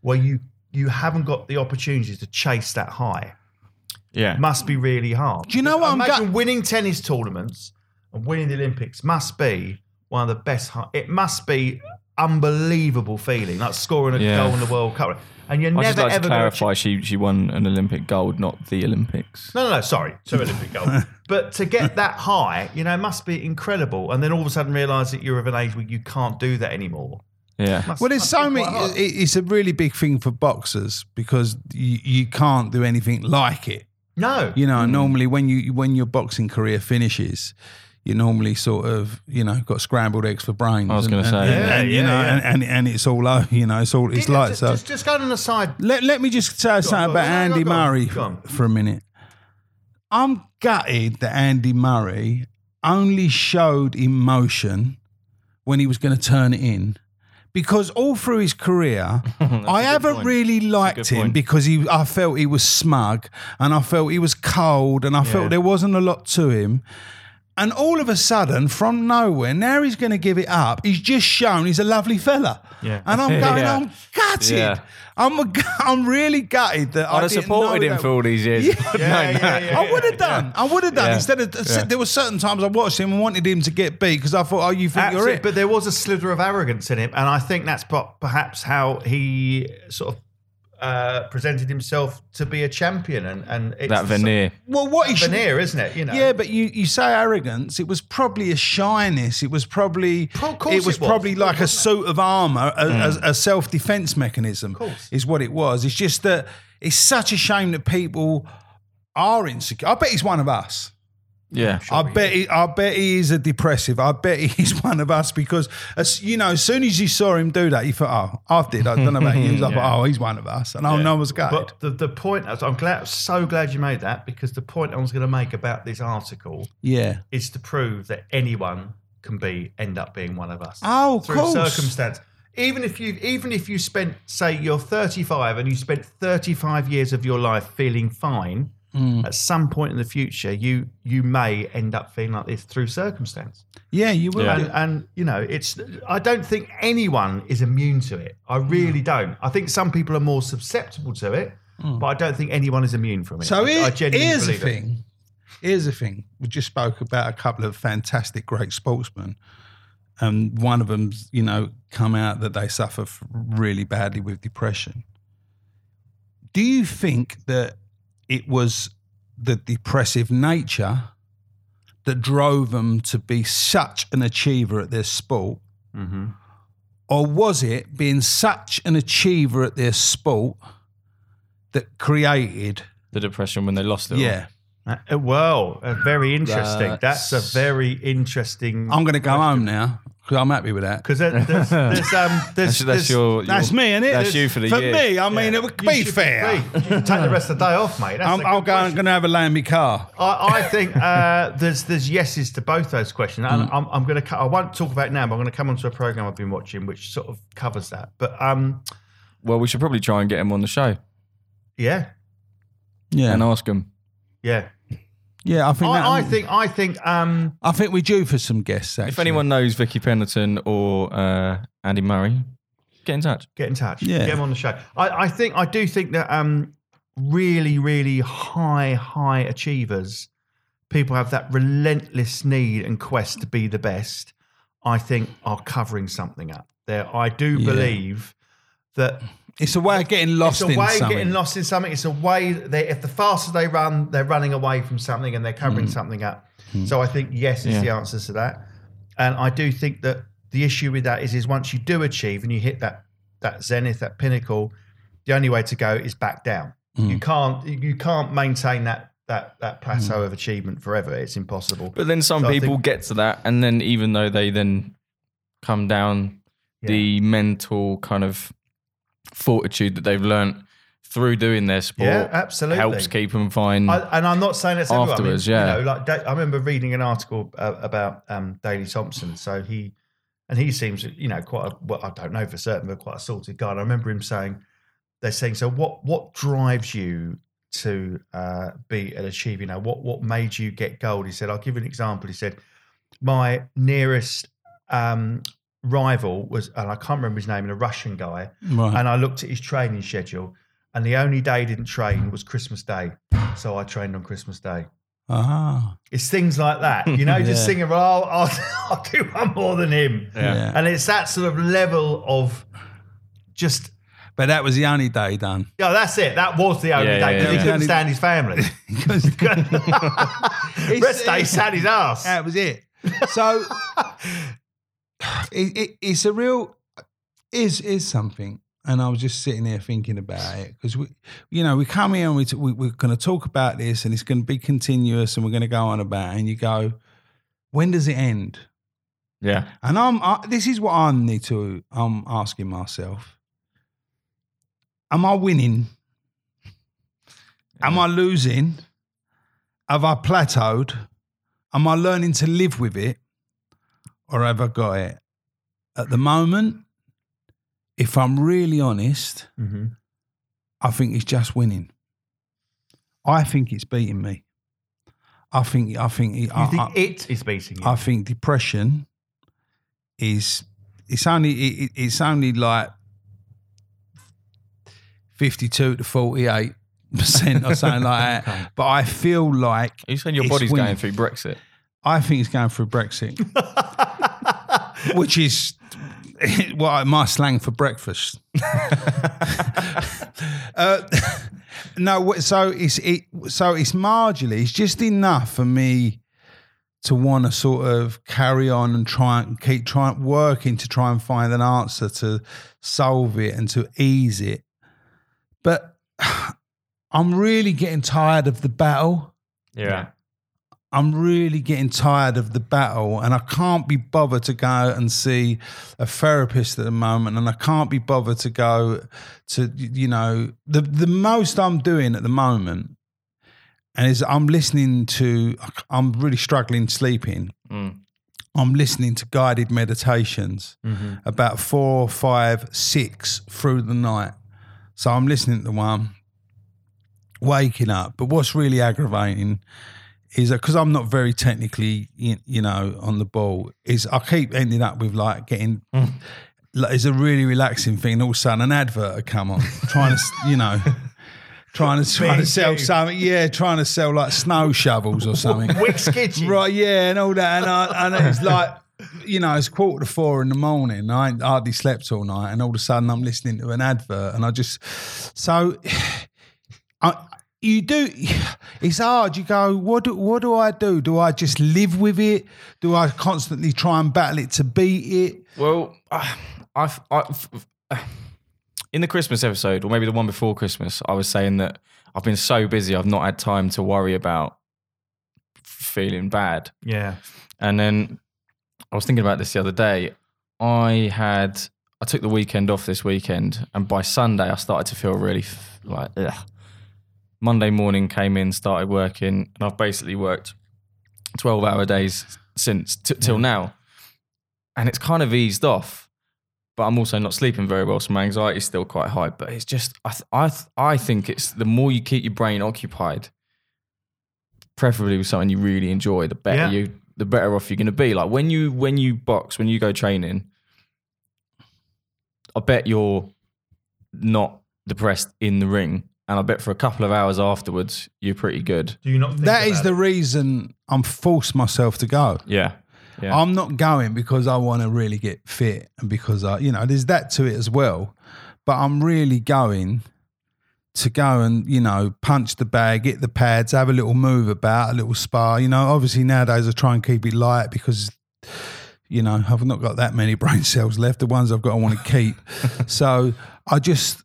[SPEAKER 2] where you you haven't got the opportunities to chase that high.
[SPEAKER 3] Yeah.
[SPEAKER 2] must be really hard.
[SPEAKER 1] Do you know what I'm
[SPEAKER 2] Imagine
[SPEAKER 1] go-
[SPEAKER 2] winning tennis tournaments and winning the Olympics must be one of the best. hi- It must be unbelievable feeling, like scoring a
[SPEAKER 3] Yeah.
[SPEAKER 2] goal in the World Cup, and you're
[SPEAKER 3] I just
[SPEAKER 2] never
[SPEAKER 3] like
[SPEAKER 2] ever
[SPEAKER 3] to
[SPEAKER 2] gonna
[SPEAKER 3] clarify. She she won an Olympic gold, not the Olympics.
[SPEAKER 2] No, no, no. Sorry, two Olympic gold. But to get that high, you know, it must be incredible. And then all of a sudden, realise that you're of an age where you can't do that anymore.
[SPEAKER 3] Yeah.
[SPEAKER 2] Must-
[SPEAKER 1] Well, there's
[SPEAKER 2] must
[SPEAKER 1] so
[SPEAKER 2] be
[SPEAKER 1] many.
[SPEAKER 2] quite hard.
[SPEAKER 1] it- It's a really big thing for boxers because you, you can't do anything like it.
[SPEAKER 2] no,
[SPEAKER 1] You know, normally when you when your boxing career finishes, you normally sort of you know got scrambled eggs for brains.
[SPEAKER 3] I was
[SPEAKER 1] and-
[SPEAKER 3] gonna
[SPEAKER 1] and-
[SPEAKER 3] say,
[SPEAKER 1] and,
[SPEAKER 2] yeah.
[SPEAKER 1] and,
[SPEAKER 2] Yeah,
[SPEAKER 1] you know,
[SPEAKER 2] yeah,
[SPEAKER 1] and, and and it's all over. You know, it's all it's
[SPEAKER 2] Yeah,
[SPEAKER 1] like
[SPEAKER 2] just,
[SPEAKER 1] so.
[SPEAKER 2] just, just going on the side.
[SPEAKER 1] Let, let me just say
[SPEAKER 2] go on.
[SPEAKER 1] something about
[SPEAKER 2] No, no,
[SPEAKER 1] Andy
[SPEAKER 2] go on.
[SPEAKER 1] Murray
[SPEAKER 2] Go on.
[SPEAKER 1] for a minute. I'm gutted that Andy Murray only showed emotion when he was going to turn it in. Because all through his career, I haven't
[SPEAKER 3] point.
[SPEAKER 1] really liked
[SPEAKER 3] good
[SPEAKER 1] him
[SPEAKER 3] point.
[SPEAKER 1] because he, I felt he was smug and I felt he was cold and I
[SPEAKER 3] Yeah.
[SPEAKER 1] felt there wasn't a lot to him. And all of a sudden, from nowhere, now he's going to give it up. He's just shown he's a lovely fella.
[SPEAKER 2] Yeah.
[SPEAKER 1] And I'm going,
[SPEAKER 3] Yeah.
[SPEAKER 1] I'm gutted.
[SPEAKER 3] Yeah.
[SPEAKER 1] I'm a, I'm really gutted that
[SPEAKER 3] I'd
[SPEAKER 1] I
[SPEAKER 3] have
[SPEAKER 1] didn't
[SPEAKER 3] supported
[SPEAKER 1] know
[SPEAKER 3] him
[SPEAKER 1] that.
[SPEAKER 3] for all these years.
[SPEAKER 1] Yeah.
[SPEAKER 3] No,
[SPEAKER 2] Yeah,
[SPEAKER 3] no.
[SPEAKER 2] yeah, yeah.
[SPEAKER 1] I would have done. I would have done.
[SPEAKER 3] Yeah.
[SPEAKER 1] Instead of there were certain times I watched him and wanted him to get beat because I thought, oh, you think
[SPEAKER 2] Absolutely,
[SPEAKER 1] you're it?
[SPEAKER 2] But there was a slither of arrogance in him, and I think that's per- perhaps how he sort of uh, presented himself to be a champion. And, and it's
[SPEAKER 3] That
[SPEAKER 2] the
[SPEAKER 3] veneer.
[SPEAKER 1] well, what he
[SPEAKER 2] sort of
[SPEAKER 1] should,
[SPEAKER 2] veneer, isn't it? You know,
[SPEAKER 1] yeah, but you, you say arrogance. It was probably a shyness. It was probably
[SPEAKER 2] Of course
[SPEAKER 1] it was
[SPEAKER 2] it was.
[SPEAKER 1] probably
[SPEAKER 2] Of
[SPEAKER 1] like a
[SPEAKER 2] course
[SPEAKER 1] suit of armor, a, a, a self defense mechanism.
[SPEAKER 2] course.
[SPEAKER 1] is what it was. It's just that it's such a shame that people are insecure. I bet he's one of us.
[SPEAKER 3] Yeah.
[SPEAKER 1] I bet he, I bet he is a depressive. I bet he's one of us because as you know, as soon as you saw him do that, you thought, "Oh, I did. I don't know about you." He was like, "Oh, he's one of us," and oh, no one's got it.
[SPEAKER 2] But the, the point, I'm glad, so glad you made that because the point I was going to make about this article
[SPEAKER 1] Yeah.
[SPEAKER 2] is to prove that anyone can be end up being one of us.
[SPEAKER 1] Oh, of
[SPEAKER 2] through
[SPEAKER 1] course.
[SPEAKER 2] circumstance. Even if you even if you spent say you're 35 and you spent 35 years of your life feeling fine,
[SPEAKER 1] Hmm.
[SPEAKER 2] at some point in the future you you may end up feeling like this through circumstance.
[SPEAKER 1] Yeah, you will.
[SPEAKER 3] Yeah.
[SPEAKER 2] And, and you know, it's I don't think anyone is immune to it. I
[SPEAKER 1] Hmm.
[SPEAKER 2] really don't. I think some people are more susceptible to it, but I don't think anyone is immune from it.
[SPEAKER 1] Hmm. So
[SPEAKER 2] I,
[SPEAKER 1] here-
[SPEAKER 2] I genuinely
[SPEAKER 1] here's the
[SPEAKER 2] believe it.
[SPEAKER 1] thing. Here's the thing. We just spoke about a couple of fantastic, great sportsmen, and one of them's you know come out that they suffer f- really badly with depression. Do you think that it was the depressive nature that drove them to be such an achiever at their sport?
[SPEAKER 2] Mm-hmm.
[SPEAKER 1] Or was it being such an achiever at their sport that created
[SPEAKER 3] The depression when they lost it. all.
[SPEAKER 1] yeah.
[SPEAKER 2] Uh, well, uh, very interesting. That's,
[SPEAKER 3] That's-
[SPEAKER 2] a very interesting.
[SPEAKER 1] I'm going to go home now because I'm happy with that.
[SPEAKER 2] Because there's, there's, um, there's,
[SPEAKER 3] That's, that's
[SPEAKER 2] there's-
[SPEAKER 3] your.
[SPEAKER 1] That's
[SPEAKER 3] your-
[SPEAKER 1] me, innit?
[SPEAKER 3] That's you for the
[SPEAKER 1] For
[SPEAKER 3] year.
[SPEAKER 1] me, I mean,
[SPEAKER 2] Yeah.
[SPEAKER 1] it would
[SPEAKER 2] You
[SPEAKER 1] be
[SPEAKER 2] should
[SPEAKER 1] fair.
[SPEAKER 2] be. You can take the rest of the day off, mate. That's
[SPEAKER 1] I'm,
[SPEAKER 2] a good
[SPEAKER 1] I'll go, I'm
[SPEAKER 2] question.
[SPEAKER 1] going to have a lay in my car.
[SPEAKER 2] I, I think uh, there's there's yeses to both those questions, and
[SPEAKER 3] Mm.
[SPEAKER 2] I'm, I'm going to I won't talk about it now, but I'm going to come onto a program I've been watching which sort of covers that. But um,
[SPEAKER 3] Well, we should probably try and get him on the show
[SPEAKER 2] yeah,
[SPEAKER 1] Yeah,
[SPEAKER 3] and ask him.
[SPEAKER 2] yeah,
[SPEAKER 1] yeah. I think that,
[SPEAKER 2] I, I think I think um,
[SPEAKER 1] I think we're due for some guests. Actually.
[SPEAKER 3] If anyone knows Vicky Pendleton or uh, Andy Murray, get in touch.
[SPEAKER 2] get in touch,
[SPEAKER 1] Yeah.
[SPEAKER 2] get him on the show. I, I think I do think that um, really really high high achievers, people have that relentless need and quest to be the best. I think are covering something up. There, I do
[SPEAKER 1] Yeah.
[SPEAKER 2] believe that
[SPEAKER 1] it's a way of getting lost
[SPEAKER 2] It's a
[SPEAKER 1] in
[SPEAKER 2] way of
[SPEAKER 1] something.
[SPEAKER 2] getting lost in something. It's a way they if the faster they run, they're running away from something and they're covering something up. So I think yes is
[SPEAKER 3] Mm. Yeah.
[SPEAKER 2] the answer to that. And I do think that the issue with that is is once you do achieve and you hit that that zenith, that pinnacle, the only way to go is back down.
[SPEAKER 3] Mm.
[SPEAKER 2] You can't you can't maintain that that that plateau of achievement forever. It's impossible.
[SPEAKER 3] But then some
[SPEAKER 2] So I
[SPEAKER 3] people
[SPEAKER 2] think-
[SPEAKER 3] get to that, and then even though they then come down, the mental kind of fortitude that they've learnt through doing their sport
[SPEAKER 2] yeah, absolutely.
[SPEAKER 3] helps keep them fine.
[SPEAKER 2] I, and I'm not saying that's everyone.
[SPEAKER 3] Afterwards,
[SPEAKER 2] I mean,
[SPEAKER 3] yeah.
[SPEAKER 2] You know, like Da- I remember reading an article uh, about um, Daley Thompson. So he, and he seems, you know, quite. A, well, I don't know for certain, but quite a salty guy. And I remember him saying, "They're saying, so what? What drives you to uh, be an achiever? You know, what what made you get gold?" He said, "I'll give you an example." He said, "My nearest." Um, rival was and I can't remember his name and a Russian guy
[SPEAKER 1] Right.
[SPEAKER 2] and I looked at his training schedule And the only day I didn't train was Christmas Day. So I trained on Christmas Day.
[SPEAKER 1] Ah,
[SPEAKER 2] It's things like that, you know, just
[SPEAKER 1] Yeah.
[SPEAKER 2] thinking, well, I'll, I'll, I'll do one more than him.
[SPEAKER 1] yeah.
[SPEAKER 2] And it's that sort of level of just,
[SPEAKER 1] But that was the only day done.
[SPEAKER 2] yeah, that's it. That was the only
[SPEAKER 3] Yeah, yeah,
[SPEAKER 2] day because
[SPEAKER 3] yeah.
[SPEAKER 2] he couldn't
[SPEAKER 1] Yeah.
[SPEAKER 2] stand his family.
[SPEAKER 1] Because
[SPEAKER 2] Rest day sat his ass.
[SPEAKER 1] That was it. So it, it, it's a real is is something, and I was just sitting there thinking about it because we, you know, we come here and we, t- we we're going to talk about this, and it's going to be continuous, and we're going to go on about, it, and you go, when does it end?
[SPEAKER 3] Yeah.
[SPEAKER 1] And I'm I, this is what I need to. I'm asking myself: Am I winning? Am I losing? Have I plateaued? Am I learning to live with it, or have I got it? At the moment, if I'm really honest,
[SPEAKER 2] Mm-hmm.
[SPEAKER 1] I think it's just winning. I think it's beating me. I think. I think.
[SPEAKER 2] You
[SPEAKER 1] I,
[SPEAKER 2] think
[SPEAKER 1] I-
[SPEAKER 2] it is beating you?
[SPEAKER 1] I think depression is it's only it, it- it's only like fifty two to forty eight percent or something like that. But I feel like
[SPEAKER 3] Are you saying your
[SPEAKER 1] It's
[SPEAKER 3] body's
[SPEAKER 1] winning.
[SPEAKER 3] going through Brexit?
[SPEAKER 1] I think it's going through Brexit, which is what I- my slang for breakfast. uh, no, wh- so it's it, so it's marginally. It's just enough for me to want to sort of carry on and try and keep trying working to try and find an answer to solve it and to ease it. But I'm really getting tired of the battle.
[SPEAKER 3] Yeah.
[SPEAKER 1] I'm really getting tired of the battle, and I can't be bothered to go and see a therapist at the moment, and I can't be bothered to go to you know the the most I'm doing at the moment, and is I'm listening to I'm really struggling sleeping.
[SPEAKER 3] Mm.
[SPEAKER 1] I'm listening to guided meditations about four, five, six through the night. So I'm listening to one, waking up. But what's really aggravating is because I'm not very technically, you, you know, on the ball, is I keep ending up with like getting. Like, it's a really relaxing thing. And all of a sudden, an advert will come on, trying to, s- you know, trying to trying to
[SPEAKER 2] Being
[SPEAKER 1] sell
[SPEAKER 2] you.
[SPEAKER 1] something. Yeah, trying to sell like snow shovels or something.
[SPEAKER 2] Wick's kitchen.
[SPEAKER 1] Right, yeah, and all that. And, I, and it's like, you know, it's quarter to four in the morning. I ain't hardly slept all night. And all of a sudden, I'm listening to an advert. And I just, so I, you do, it's hard. You go, what do, what do I do? Do I just live with it? Do I constantly try and battle it to beat it?
[SPEAKER 3] Well, I, I, I- in the Christmas episode, or maybe the one before Christmas, I was saying that I've been so busy, I've not had time to worry about feeling bad.
[SPEAKER 2] Yeah.
[SPEAKER 3] And then I was thinking about this the other day. I had I took the weekend off this weekend, and by Sunday I started to feel really f- like ugh. Monday morning came in, started working, and I've basically worked twelve hour days since t- till now, and it's kind of eased off. But I'm also not sleeping very well, so my anxiety's still quite high. But it's just I th- I th- I think it's the more you keep your brain occupied, preferably with something you really enjoy, the better
[SPEAKER 2] Yeah.
[SPEAKER 3] you the better off you're going to be. Like when you when you box, when you go training, I bet you're not depressed in the ring, and I bet for a couple of hours afterwards you're pretty good.
[SPEAKER 2] Do you not think
[SPEAKER 1] That is
[SPEAKER 2] about
[SPEAKER 1] the reason I'm forced myself to go.
[SPEAKER 3] Yeah, yeah,
[SPEAKER 1] I'm not going because I want to really get fit and because I, you know, there's that to it as well. But I'm really going to go and, you know, punch the bag, get the pads, have a little move about, a little spa. You know, obviously nowadays I try and keep it light because, you know, I've not got that many brain cells left. The ones I've got, I want to keep. so I just,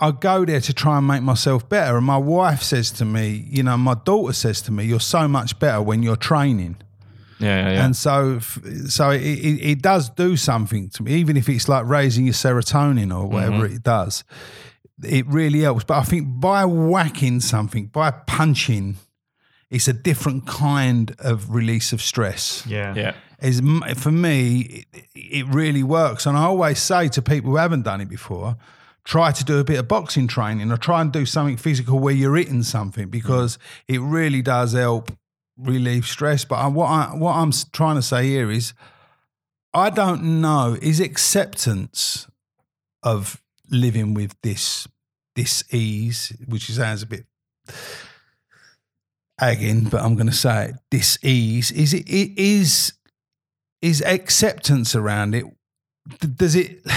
[SPEAKER 1] I go there to try and make myself better. And my wife says to me, you know, my daughter says to me, you're so much better when you're training.
[SPEAKER 3] yeah, yeah, yeah.
[SPEAKER 1] And so, f- so it, it, it does do something to me, even if it's like raising your serotonin or whatever it does. It really helps. But I think by whacking something, by punching, it's a different kind of release of stress.
[SPEAKER 2] Yeah.
[SPEAKER 3] yeah.
[SPEAKER 1] Is m- for me, it, it really works. And I always say to people who haven't done it before, try to do a bit of boxing training or try and do something physical where you're hitting something because it really does help relieve stress. But I, what I what I'm s- trying to say here is, I don't know. Is acceptance of living with this dis ease, which sounds a bit again, but I'm going to say it. Dis ease is it, it is is acceptance around it. d- Does it?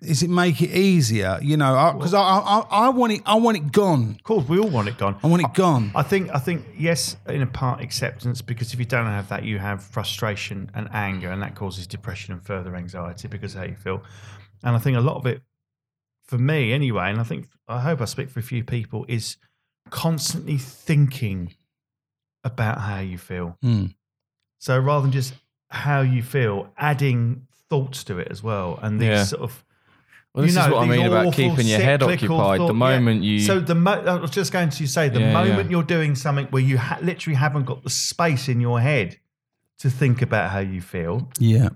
[SPEAKER 1] Is it make it easier? You know, because I, I, I I want it. I want it gone.
[SPEAKER 2] Of course, we all want it gone.
[SPEAKER 1] I want it gone.
[SPEAKER 2] I think I think yes, in a part acceptance because if you don't have that, you have frustration and anger, and that causes depression and further anxiety because of how you feel. And I think a lot of it, for me anyway, and I think I hope I speak for a few people, is constantly thinking about how you feel.
[SPEAKER 1] Mm.
[SPEAKER 2] So rather than just how you feel, adding thoughts to it as well, and these
[SPEAKER 3] Yeah.
[SPEAKER 2] sort of
[SPEAKER 3] Well, this
[SPEAKER 2] you
[SPEAKER 3] is
[SPEAKER 2] know,
[SPEAKER 3] what I
[SPEAKER 2] these
[SPEAKER 3] mean about
[SPEAKER 2] awful
[SPEAKER 3] keeping your head
[SPEAKER 2] cyclical
[SPEAKER 3] occupied.
[SPEAKER 2] thought-
[SPEAKER 3] the moment
[SPEAKER 2] yeah.
[SPEAKER 3] you
[SPEAKER 2] So the mo- I was just going to say the
[SPEAKER 3] Yeah,
[SPEAKER 2] moment
[SPEAKER 3] yeah.
[SPEAKER 2] you're doing something where you ha- literally haven't got the space in your head to think about how you feel,
[SPEAKER 1] Yeah.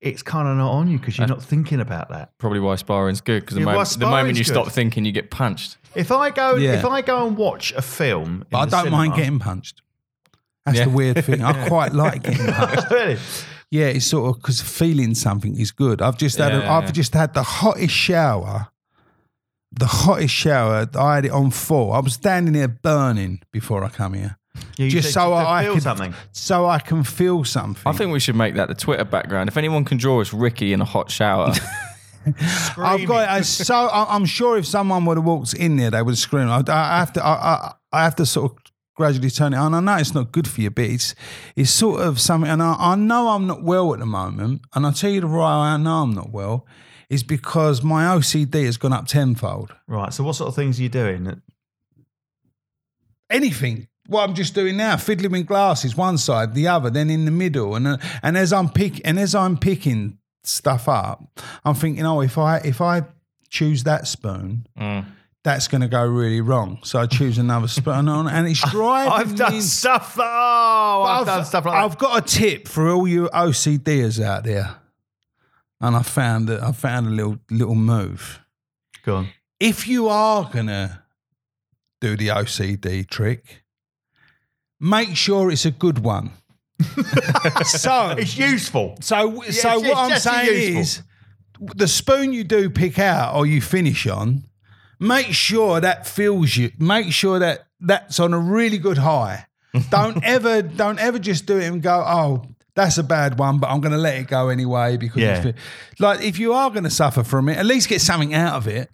[SPEAKER 2] it's kind of not on you
[SPEAKER 3] Uh,
[SPEAKER 2] because you're not thinking about that.
[SPEAKER 3] probably why sparring's good because the,
[SPEAKER 2] Yeah, why
[SPEAKER 3] moment- the moment
[SPEAKER 2] sparring's
[SPEAKER 3] you stop
[SPEAKER 2] good.
[SPEAKER 3] thinking, you get punched.
[SPEAKER 2] If I go
[SPEAKER 1] Yeah.
[SPEAKER 2] if I go and watch a film,
[SPEAKER 1] But I
[SPEAKER 2] in the
[SPEAKER 1] don't mind
[SPEAKER 2] cinema-
[SPEAKER 1] getting punched. That's
[SPEAKER 3] Yeah.
[SPEAKER 1] the weird thing. I quite like getting punched.
[SPEAKER 2] really.
[SPEAKER 1] Yeah, it's sort of because feeling something is good. I've just had, a,
[SPEAKER 3] Yeah,
[SPEAKER 1] I've
[SPEAKER 3] yeah.
[SPEAKER 1] just had the hottest shower, the hottest shower. I had it on full. I was standing there burning before I come here,
[SPEAKER 2] Yeah, you
[SPEAKER 1] Just
[SPEAKER 2] said
[SPEAKER 1] so
[SPEAKER 2] to
[SPEAKER 1] I
[SPEAKER 2] feel
[SPEAKER 1] could-
[SPEAKER 2] something.
[SPEAKER 1] so I can feel something.
[SPEAKER 3] I think we should make that the Twitter background. If anyone can draw us Ricky in a hot shower,
[SPEAKER 1] I've got it. as so. I- I'm sure if someone would have walked in there, they would scream. I, I have to. I, I, I have to sort of gradually turn it on. I know it's not good for you, but it's it's sort of something. And I, I know I'm not well at the moment. And I tell you the right, I know I'm not well. Is because my OCD has gone up tenfold.
[SPEAKER 2] Right. So what sort of things are you doing?
[SPEAKER 1] anything. What I'm just doing now, fiddling with glasses, one side, the other, then in the middle, and uh, and as I'm pick and as I'm picking stuff up, I'm thinking, oh, if I if I choose that spoon,
[SPEAKER 3] Mm.
[SPEAKER 1] that's going to go really wrong. So I choose another spoon, and, and it's driving.
[SPEAKER 2] I've done
[SPEAKER 1] me-
[SPEAKER 2] stuff. that- Oh, I've, done stuff like
[SPEAKER 1] I've got a tip for all you OCDers out there, and I found that I found a little little move.
[SPEAKER 2] that. Go on.
[SPEAKER 1] if you are gonna do the OCD trick, make sure it's a good one.
[SPEAKER 3] Oh.
[SPEAKER 1] so,
[SPEAKER 2] It's useful.
[SPEAKER 1] so,
[SPEAKER 2] Yeah,
[SPEAKER 1] so
[SPEAKER 2] it's-
[SPEAKER 1] what I'm
[SPEAKER 2] it's just
[SPEAKER 1] saying
[SPEAKER 2] useful.
[SPEAKER 1] is, the spoon you do pick out or you finish on, make sure that fills you. Make sure that that's on a really good high. Don't ever, don't ever just do it and go, oh. That's a bad one, but I'm going to let it go anyway because,
[SPEAKER 2] Yeah.
[SPEAKER 1] it's- like, if you are going to suffer from it, at least get something out of it.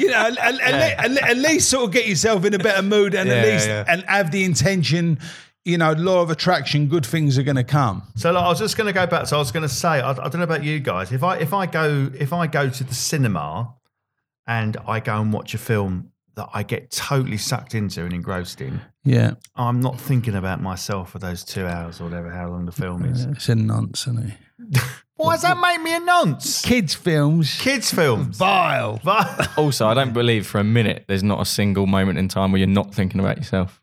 [SPEAKER 1] you know, at, at- at, le- at least sort of get yourself in a better mood and at
[SPEAKER 3] Yeah,
[SPEAKER 1] least
[SPEAKER 3] yeah.
[SPEAKER 1] and have the intention, you know, law of attraction, good things are going to come.
[SPEAKER 2] So like, I was just going to go back. So I was going to say, I, I don't know about you guys. If I if I go if I go to the cinema and I go and watch a film that I get totally sucked into and engrossed in,
[SPEAKER 1] Yeah,
[SPEAKER 2] I'm not thinking about myself for those two hours or whatever how long the film is.
[SPEAKER 1] it's a nonsense.
[SPEAKER 2] Why does that make me a nonce?
[SPEAKER 1] Kids' films,
[SPEAKER 2] Kids films.
[SPEAKER 1] vile.
[SPEAKER 2] But
[SPEAKER 3] also, I don't believe for a minute there's not a single moment in time where you're not thinking about yourself.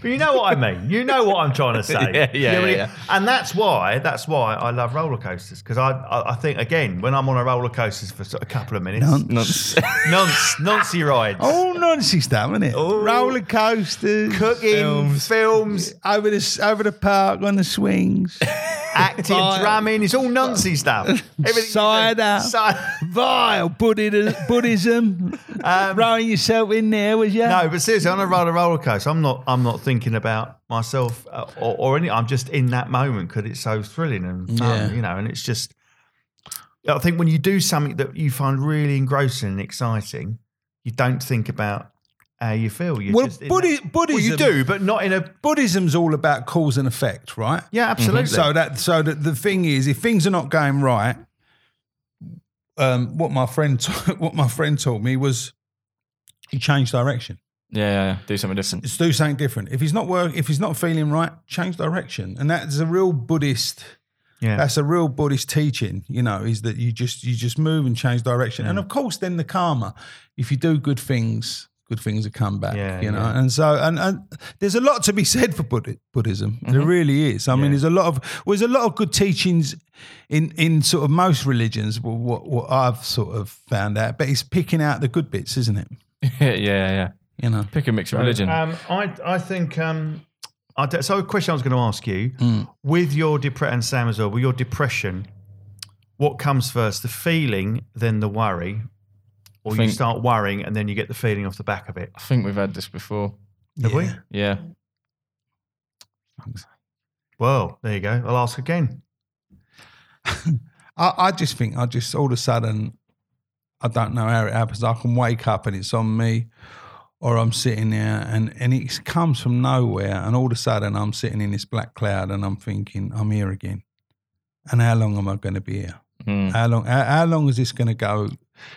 [SPEAKER 2] But you know what I mean. You know what I'm trying to say.
[SPEAKER 3] Yeah, yeah,
[SPEAKER 2] You know what I mean?
[SPEAKER 3] yeah, yeah.
[SPEAKER 2] And that's why that's why I love roller coasters because I, I I think again when I'm on a roller coaster for sort of a couple of minutes,
[SPEAKER 3] Nonce. Oh,
[SPEAKER 2] nonce, noncey rides,
[SPEAKER 1] All nonsense stuff, isn't it?
[SPEAKER 2] All
[SPEAKER 1] Roller coasters,
[SPEAKER 2] cooking films,
[SPEAKER 1] over the over the park on the swings,
[SPEAKER 2] acting,
[SPEAKER 1] Fire.
[SPEAKER 2] drumming. It's all noncy stuff. Everything
[SPEAKER 1] Cider.
[SPEAKER 2] Cider.
[SPEAKER 1] vile Buddhism, Buddhism, throwing yourself in there, was you?
[SPEAKER 2] Um, No, but seriously, on a roller roller coaster, I'm not. I'm not thinking about myself uh, or, or any. I'm just in that moment because it's so thrilling and fun,
[SPEAKER 1] Yeah.
[SPEAKER 2] you know. And it's just, I think when you do something that you find really engrossing and exciting, you don't think about how you feel. You're
[SPEAKER 1] Well,
[SPEAKER 2] just in
[SPEAKER 1] Buddi-
[SPEAKER 2] that- well,
[SPEAKER 1] Buddhism,
[SPEAKER 2] you do, but not in a.
[SPEAKER 1] Buddhism's all about cause and effect, right?
[SPEAKER 2] Yeah, absolutely.
[SPEAKER 1] So that so that the thing is, if things are not going right, um, what my friend ta- what my friend taught me was you change direction.
[SPEAKER 3] yeah, yeah, yeah, do something different.
[SPEAKER 1] Let's do something different. If he's not work, if he's not feeling right, change direction. And that's a real Buddhist.
[SPEAKER 2] yeah.
[SPEAKER 1] That's a real Buddhist teaching. You know, is that you just you just move and change direction.
[SPEAKER 2] Mm.
[SPEAKER 1] And of course, then the karma. If you do good things. Good things will come back,
[SPEAKER 2] Yeah,
[SPEAKER 1] you know,
[SPEAKER 2] yeah.
[SPEAKER 1] and so and, and there's a lot to be said for Buddhi- Buddhism. There really is. I mean,
[SPEAKER 2] Mm-hmm. Yeah.
[SPEAKER 1] there's a lot of well, there's a lot of good teachings in in sort of most religions. What, what what I've sort of found out, but it's picking out the good bits, isn't it?
[SPEAKER 3] yeah, yeah, yeah.
[SPEAKER 1] You know,
[SPEAKER 3] Pick a mix of religion.
[SPEAKER 2] Um, I I think. Um, I d- so a question I was going to ask you
[SPEAKER 1] Mm.
[SPEAKER 2] with your depression and Sam as well with your depression, what comes first, the feeling, then the worry, or you
[SPEAKER 3] Think-
[SPEAKER 2] start worrying and then you get the feeling off the back of it.
[SPEAKER 3] I think we've had this before.
[SPEAKER 2] Have we?
[SPEAKER 1] Yeah.
[SPEAKER 3] Yeah.
[SPEAKER 2] Well, there you go. I'll ask again.
[SPEAKER 1] I, I just think I just all of a sudden I don't know how it happens. I can wake up and it's on me, or I'm sitting there and and it comes from nowhere, and all of a sudden I'm sitting in this black cloud and I'm thinking I'm here again, and how long am I going to be here?
[SPEAKER 3] Mm.
[SPEAKER 1] How long? How, how long is this going to go?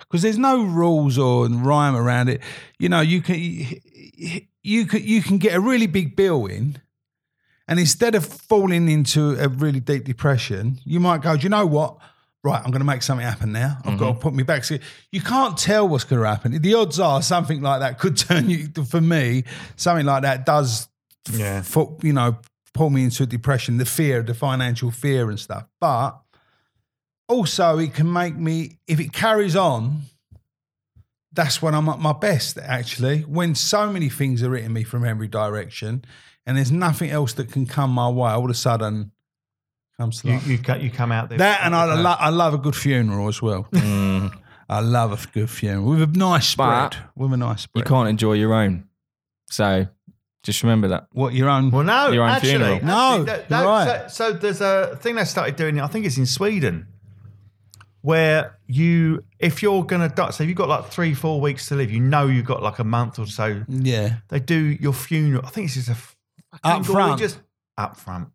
[SPEAKER 1] Because there's no rules or rhyme around it. You know, you can you can you can get a really big bill in, and instead of falling into a really deep depression, you might go, Do you know what? Right, I'm going to make something happen now. I've got to put me back. So you can't tell what's going to happen. The odds are something like that could turn you. For me, something like that does
[SPEAKER 2] Yeah.
[SPEAKER 1] for, you know, pull me into a depression, the fear, the financial fear and stuff. But also, it can make me, if it carries on, that's when I'm at my best, actually, when so many things are hitting me from every direction and there's nothing else that can come my way. All of a sudden, comes
[SPEAKER 2] You,
[SPEAKER 1] like,
[SPEAKER 2] you, cut- you come out there.
[SPEAKER 1] that. And I, lo- I love a good funeral as well.
[SPEAKER 3] Mm.
[SPEAKER 1] I love a good funeral with a nice spread.
[SPEAKER 3] But
[SPEAKER 1] with a nice
[SPEAKER 3] You
[SPEAKER 1] spread.
[SPEAKER 3] can't enjoy your own. So just remember that.
[SPEAKER 1] what, your own?
[SPEAKER 2] Well, no,
[SPEAKER 3] Your own
[SPEAKER 2] actually,
[SPEAKER 3] funeral.
[SPEAKER 2] actually,
[SPEAKER 1] No,
[SPEAKER 2] that-
[SPEAKER 1] you're
[SPEAKER 2] that-
[SPEAKER 1] right.
[SPEAKER 2] so, so there's a thing they started doing. I think it's in Sweden, where you, if you're gonna die, so if you've got like three, four weeks to live, you know you've got like a month or so.
[SPEAKER 1] yeah.
[SPEAKER 2] They do your funeral. I think it's just a f-
[SPEAKER 1] Up
[SPEAKER 2] fucking-
[SPEAKER 1] front.
[SPEAKER 2] just up front.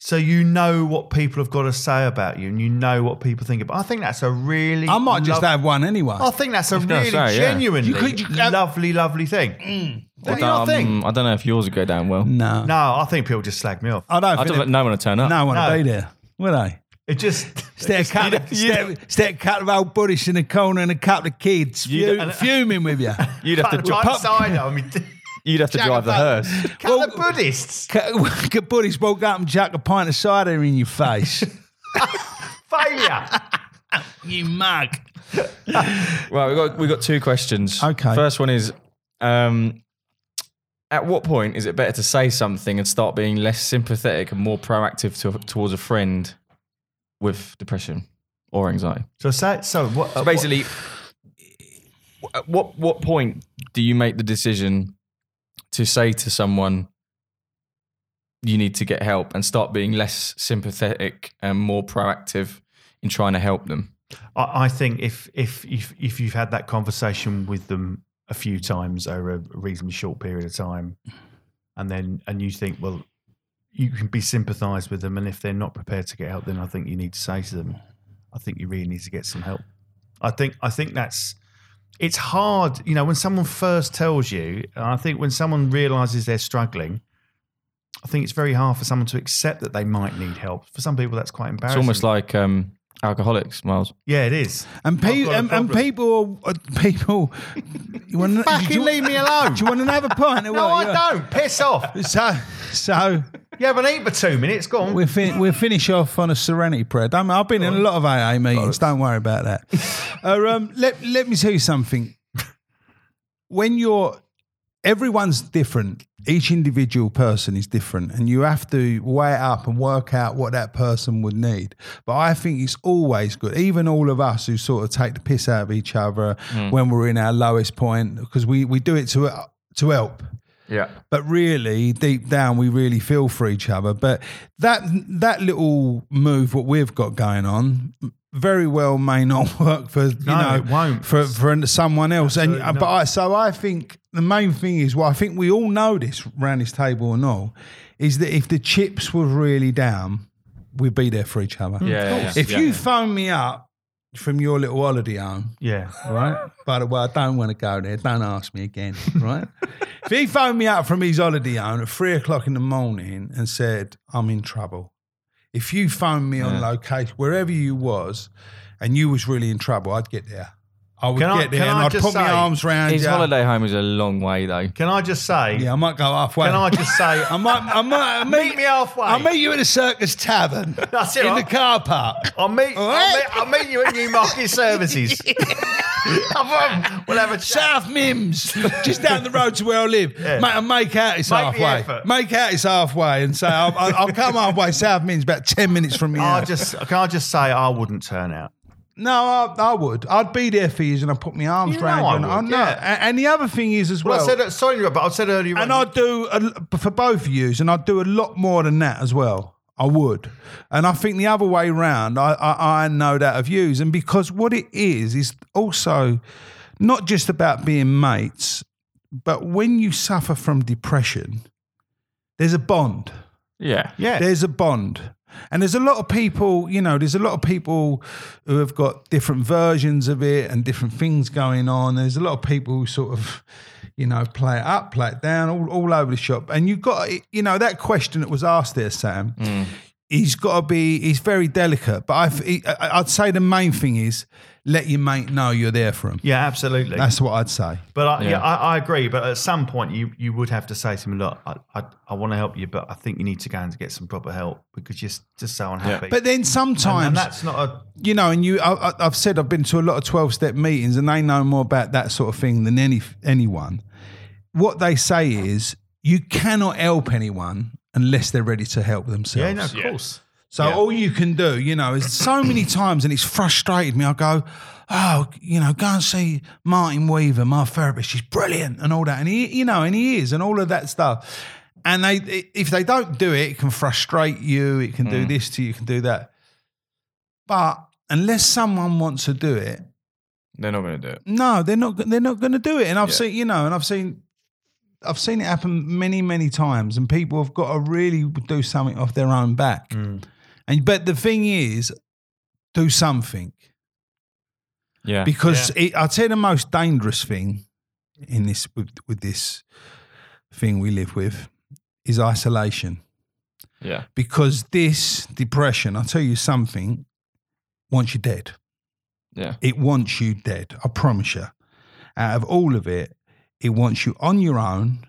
[SPEAKER 2] So you know what people have got to say about you, and you know what people think about. I think that's a really.
[SPEAKER 1] I might just
[SPEAKER 2] lov-
[SPEAKER 1] have one anyway.
[SPEAKER 2] I think that's a
[SPEAKER 3] gonna
[SPEAKER 2] really
[SPEAKER 3] say, yeah.
[SPEAKER 2] genuinely
[SPEAKER 1] You could- uh, Mm. you-
[SPEAKER 2] lovely, lovely thing. Don't you not
[SPEAKER 3] Um,
[SPEAKER 2] think?
[SPEAKER 3] I don't know if yours would go down well.
[SPEAKER 1] no.
[SPEAKER 2] No, I think people just slag me off.
[SPEAKER 1] I don't
[SPEAKER 3] I
[SPEAKER 1] think
[SPEAKER 3] don't know when to turn up.
[SPEAKER 1] No one
[SPEAKER 2] No.
[SPEAKER 1] will be there, will they?
[SPEAKER 2] It just
[SPEAKER 1] Step couple, step, step couple of old buddies in the corner and a couple of kids
[SPEAKER 3] You
[SPEAKER 1] fu-
[SPEAKER 3] don't-
[SPEAKER 2] uh,
[SPEAKER 1] fuming with you.
[SPEAKER 3] You'd have
[SPEAKER 2] Cut
[SPEAKER 3] to
[SPEAKER 2] the
[SPEAKER 3] drive.
[SPEAKER 2] right side I mean,
[SPEAKER 3] You'd have to drive the hearse.
[SPEAKER 2] cut the Buddhists.
[SPEAKER 1] Cu- buddies walk up and chuck a pint of cider in your face.
[SPEAKER 2] Failure.
[SPEAKER 1] you mug.
[SPEAKER 3] Right, we got we got two questions.
[SPEAKER 1] Okay.
[SPEAKER 3] First one is, um, at what point is it better to say something and start being less sympathetic and more proactive to, towards a friend with depression or anxiety?
[SPEAKER 2] so say so. What, uh,
[SPEAKER 3] So basically, at what what point do you make the decision to say to someone you need to get help and start being less sympathetic and more proactive in trying to help them?
[SPEAKER 2] I, I think if, if if if you've had that conversation with them a few times over a reasonably short period of time, and then and you think, well, you can be sympathised with them, and if they're not prepared to get help, then I think you need to say to them, I think you really need to get some help. I think I think that's it's hard, you know, when someone first tells you, and I think when someone realizes they're struggling, I think it's very hard for someone to accept that they might need help. For some people, that's quite
[SPEAKER 3] It's
[SPEAKER 2] embarrassing.
[SPEAKER 3] almost like um, alcoholics, Miles.
[SPEAKER 2] yeah, it is.
[SPEAKER 1] And,
[SPEAKER 2] I've
[SPEAKER 1] pe-
[SPEAKER 2] got a
[SPEAKER 1] and, and
[SPEAKER 2] problem.
[SPEAKER 1] people, are, people, you want
[SPEAKER 2] Fucking leave me alone.
[SPEAKER 1] Do you want another pint? or
[SPEAKER 2] No,
[SPEAKER 1] what?
[SPEAKER 2] I don't. Piss off.
[SPEAKER 1] You- So, so
[SPEAKER 2] You haven't eaten for two minutes. Go on.
[SPEAKER 1] We'll, fin- we'll finish off on a serenity prayer. Don't, I've been in a lot of AA meetings. Don't worry about that. Uh, um, let, let me tell you something. When you're, everyone's different. Each individual person is different, and you have to weigh it up and work out what that person would need. But I think it's always good, even all of us who sort of take the piss out of each other
[SPEAKER 2] Hmm.
[SPEAKER 1] when we're in our lowest point, because we, we do it to, uh, to help
[SPEAKER 3] Yeah.
[SPEAKER 1] but really deep down we really feel for each other but that that little move what we've got going on very well may not work for you
[SPEAKER 2] No,
[SPEAKER 1] know
[SPEAKER 2] it won't.
[SPEAKER 1] for for someone else and
[SPEAKER 2] Absolutely
[SPEAKER 1] but
[SPEAKER 2] not.
[SPEAKER 1] I, so I think the main thing is well I think we all know this round this table and all is that if the chips were really down we'd be there for each other
[SPEAKER 3] Yeah, yeah,
[SPEAKER 1] if
[SPEAKER 3] yeah.
[SPEAKER 1] you phone me up from your little holiday home
[SPEAKER 2] Yeah.
[SPEAKER 1] right? By the way, I don't want to go there. Don't ask me again, right? if he phoned me up from his holiday home at three o'clock in the morning and said, I'm in trouble. If you phoned me on location, wherever you was, and you was really in trouble, I'd get there. I would
[SPEAKER 2] Can I-
[SPEAKER 1] get there
[SPEAKER 2] can
[SPEAKER 1] and
[SPEAKER 2] I
[SPEAKER 1] I'd
[SPEAKER 2] just
[SPEAKER 1] put my
[SPEAKER 2] say-
[SPEAKER 1] arms round
[SPEAKER 3] His
[SPEAKER 1] you.
[SPEAKER 3] holiday home is a long way though.
[SPEAKER 2] Can I just say?
[SPEAKER 1] Yeah, I might go halfway.
[SPEAKER 2] Can I just say?
[SPEAKER 1] I might, I might, I
[SPEAKER 2] meet me halfway.
[SPEAKER 1] I'll meet you at a circus tavern
[SPEAKER 2] That's it.
[SPEAKER 1] e- in
[SPEAKER 2] I'll,
[SPEAKER 1] the car park.
[SPEAKER 2] I'll meet. I'll
[SPEAKER 1] What?
[SPEAKER 2] meet, I'll meet you at Newmarket Services. we'll have a chat.
[SPEAKER 1] South Mims, just down the road to where I live. Mate, and make out it's
[SPEAKER 2] Make the
[SPEAKER 1] halfway.
[SPEAKER 2] effort.
[SPEAKER 1] Make out it's halfway and say, I'll, I'll, I'll come halfway. South Mims, about 10 minutes from here.
[SPEAKER 2] I just can I just say I wouldn't turn out.
[SPEAKER 1] No, I, I would. I'd be there for you, and I'd put my arms
[SPEAKER 2] You know
[SPEAKER 1] around you.
[SPEAKER 2] I
[SPEAKER 1] and
[SPEAKER 2] would,
[SPEAKER 1] I'm not.
[SPEAKER 2] yeah.
[SPEAKER 1] A- And the other thing is as well.
[SPEAKER 2] Well, I said that, sorry, to interrupt, but I said earlier.
[SPEAKER 1] and
[SPEAKER 2] on-
[SPEAKER 1] I'd do a l for both of yous, and I'd do a lot more than that as well. I would, and I think the other way round, I, I I know that of yous, and because what it is is also not just about being mates, but when you suffer from depression, there's a bond
[SPEAKER 3] Yeah.
[SPEAKER 2] yeah,
[SPEAKER 1] there's a bond. And there's a lot of people, you know, there's a lot of people who have got different versions of it and different things going on. There's a lot of people who sort of, you know, play it up, play it down, all, all over the shop. And you've got, you know, that question that was asked there, Sam,
[SPEAKER 2] Mm.
[SPEAKER 1] he's got to be, he's very delicate. But I've, he, I- I'd say the main thing is let your mate know you're there for him.
[SPEAKER 2] yeah, absolutely.
[SPEAKER 1] That's what I'd say.
[SPEAKER 2] But I, yeah,
[SPEAKER 3] Yeah.
[SPEAKER 2] I, I agree. But at some point, you you would have to say to him, "Look, I I, I want to help you, but I think you need to go and get some proper help because you're s- just so unhappy."
[SPEAKER 1] But then sometimes.
[SPEAKER 2] and that's not a
[SPEAKER 1] you know, and you, I, I- I've said I've been to a lot of twelve-step meetings, and they know more about that sort of thing than any anyone. What they say is you cannot help anyone unless they're ready to help themselves.
[SPEAKER 2] yeah, no, of course.
[SPEAKER 1] So all you can do, you know, is so many times, and it's frustrated me. I go, oh, you know, go and see Martin Weaver, my therapist. She's brilliant, and all that, and he, you know, and he is, and all of that stuff. And they, i- if they don't do it, it can frustrate you. It can do this to you. It can do that. But unless someone wants to do it,
[SPEAKER 3] They're not going to do it.
[SPEAKER 1] no, they're not. They're not going to do it. And I've
[SPEAKER 3] Yeah.
[SPEAKER 1] seen, you know, and I've seen, I've seen it happen many, many times. And people have got to really do something off their own back. And but the thing is, do something
[SPEAKER 3] Yeah.
[SPEAKER 1] because it, I'd say the most dangerous thing in this with, with this thing we live with is isolation.
[SPEAKER 3] yeah.
[SPEAKER 1] Because this depression, I'll tell you something, wants you dead.
[SPEAKER 3] Yeah.
[SPEAKER 1] It wants you dead. I promise you. Out of all of it, it wants you on your own.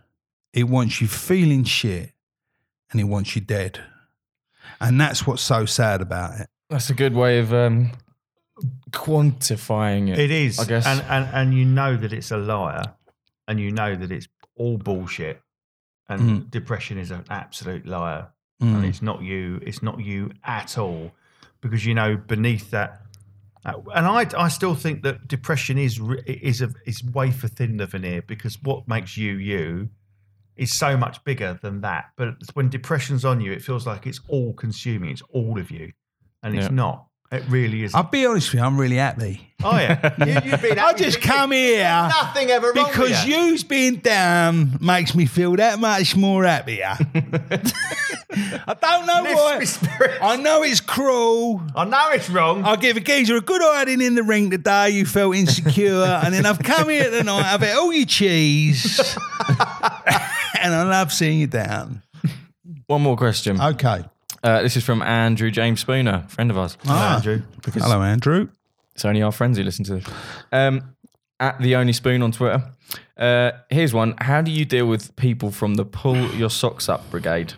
[SPEAKER 1] It wants you feeling shit, and it wants you dead. And that's what's so sad about it.
[SPEAKER 3] That's a good way of um, quantifying it.
[SPEAKER 2] It is,
[SPEAKER 3] I guess.
[SPEAKER 2] and, and and you know that it's a liar, and you know that it's all bullshit, and depression is an absolute liar,
[SPEAKER 1] Mm.
[SPEAKER 2] and
[SPEAKER 1] Hmm.
[SPEAKER 2] it's not you, it's not you at all, because you know beneath that, uh, and I I still think that depression is re- is a is wafer thin of an ear because what makes you you is so much bigger than that, but when depression's on you, it feels like it's all consuming, it's all of you, and it's
[SPEAKER 3] Yeah.
[SPEAKER 2] not. It really is.
[SPEAKER 1] I'll be honest with you, I'm really happy.
[SPEAKER 2] Oh yeah, you, have been.
[SPEAKER 1] I just come here
[SPEAKER 2] Nothing ever wrong
[SPEAKER 1] because
[SPEAKER 2] with you.
[SPEAKER 1] you's being down makes me feel that much more happier. I don't know
[SPEAKER 2] Lifts my
[SPEAKER 1] why.
[SPEAKER 2] spirits.
[SPEAKER 1] I know it's cruel.
[SPEAKER 2] I know it's wrong.
[SPEAKER 1] I gave a geezer a good hiding in the ring today. You felt insecure, and then I've come here tonight. I've ate all your cheese, and I love seeing you down.
[SPEAKER 3] One more question.
[SPEAKER 1] Okay.
[SPEAKER 3] Uh, this is from Andrew James Spooner, friend of ours.
[SPEAKER 1] Ah.
[SPEAKER 2] Andrew,
[SPEAKER 1] Hello, Andrew.
[SPEAKER 3] It's only our friends who listen to this. Um, at the only spoon on Twitter. Uh, here's one. How do you deal with people from the pull your socks up brigade?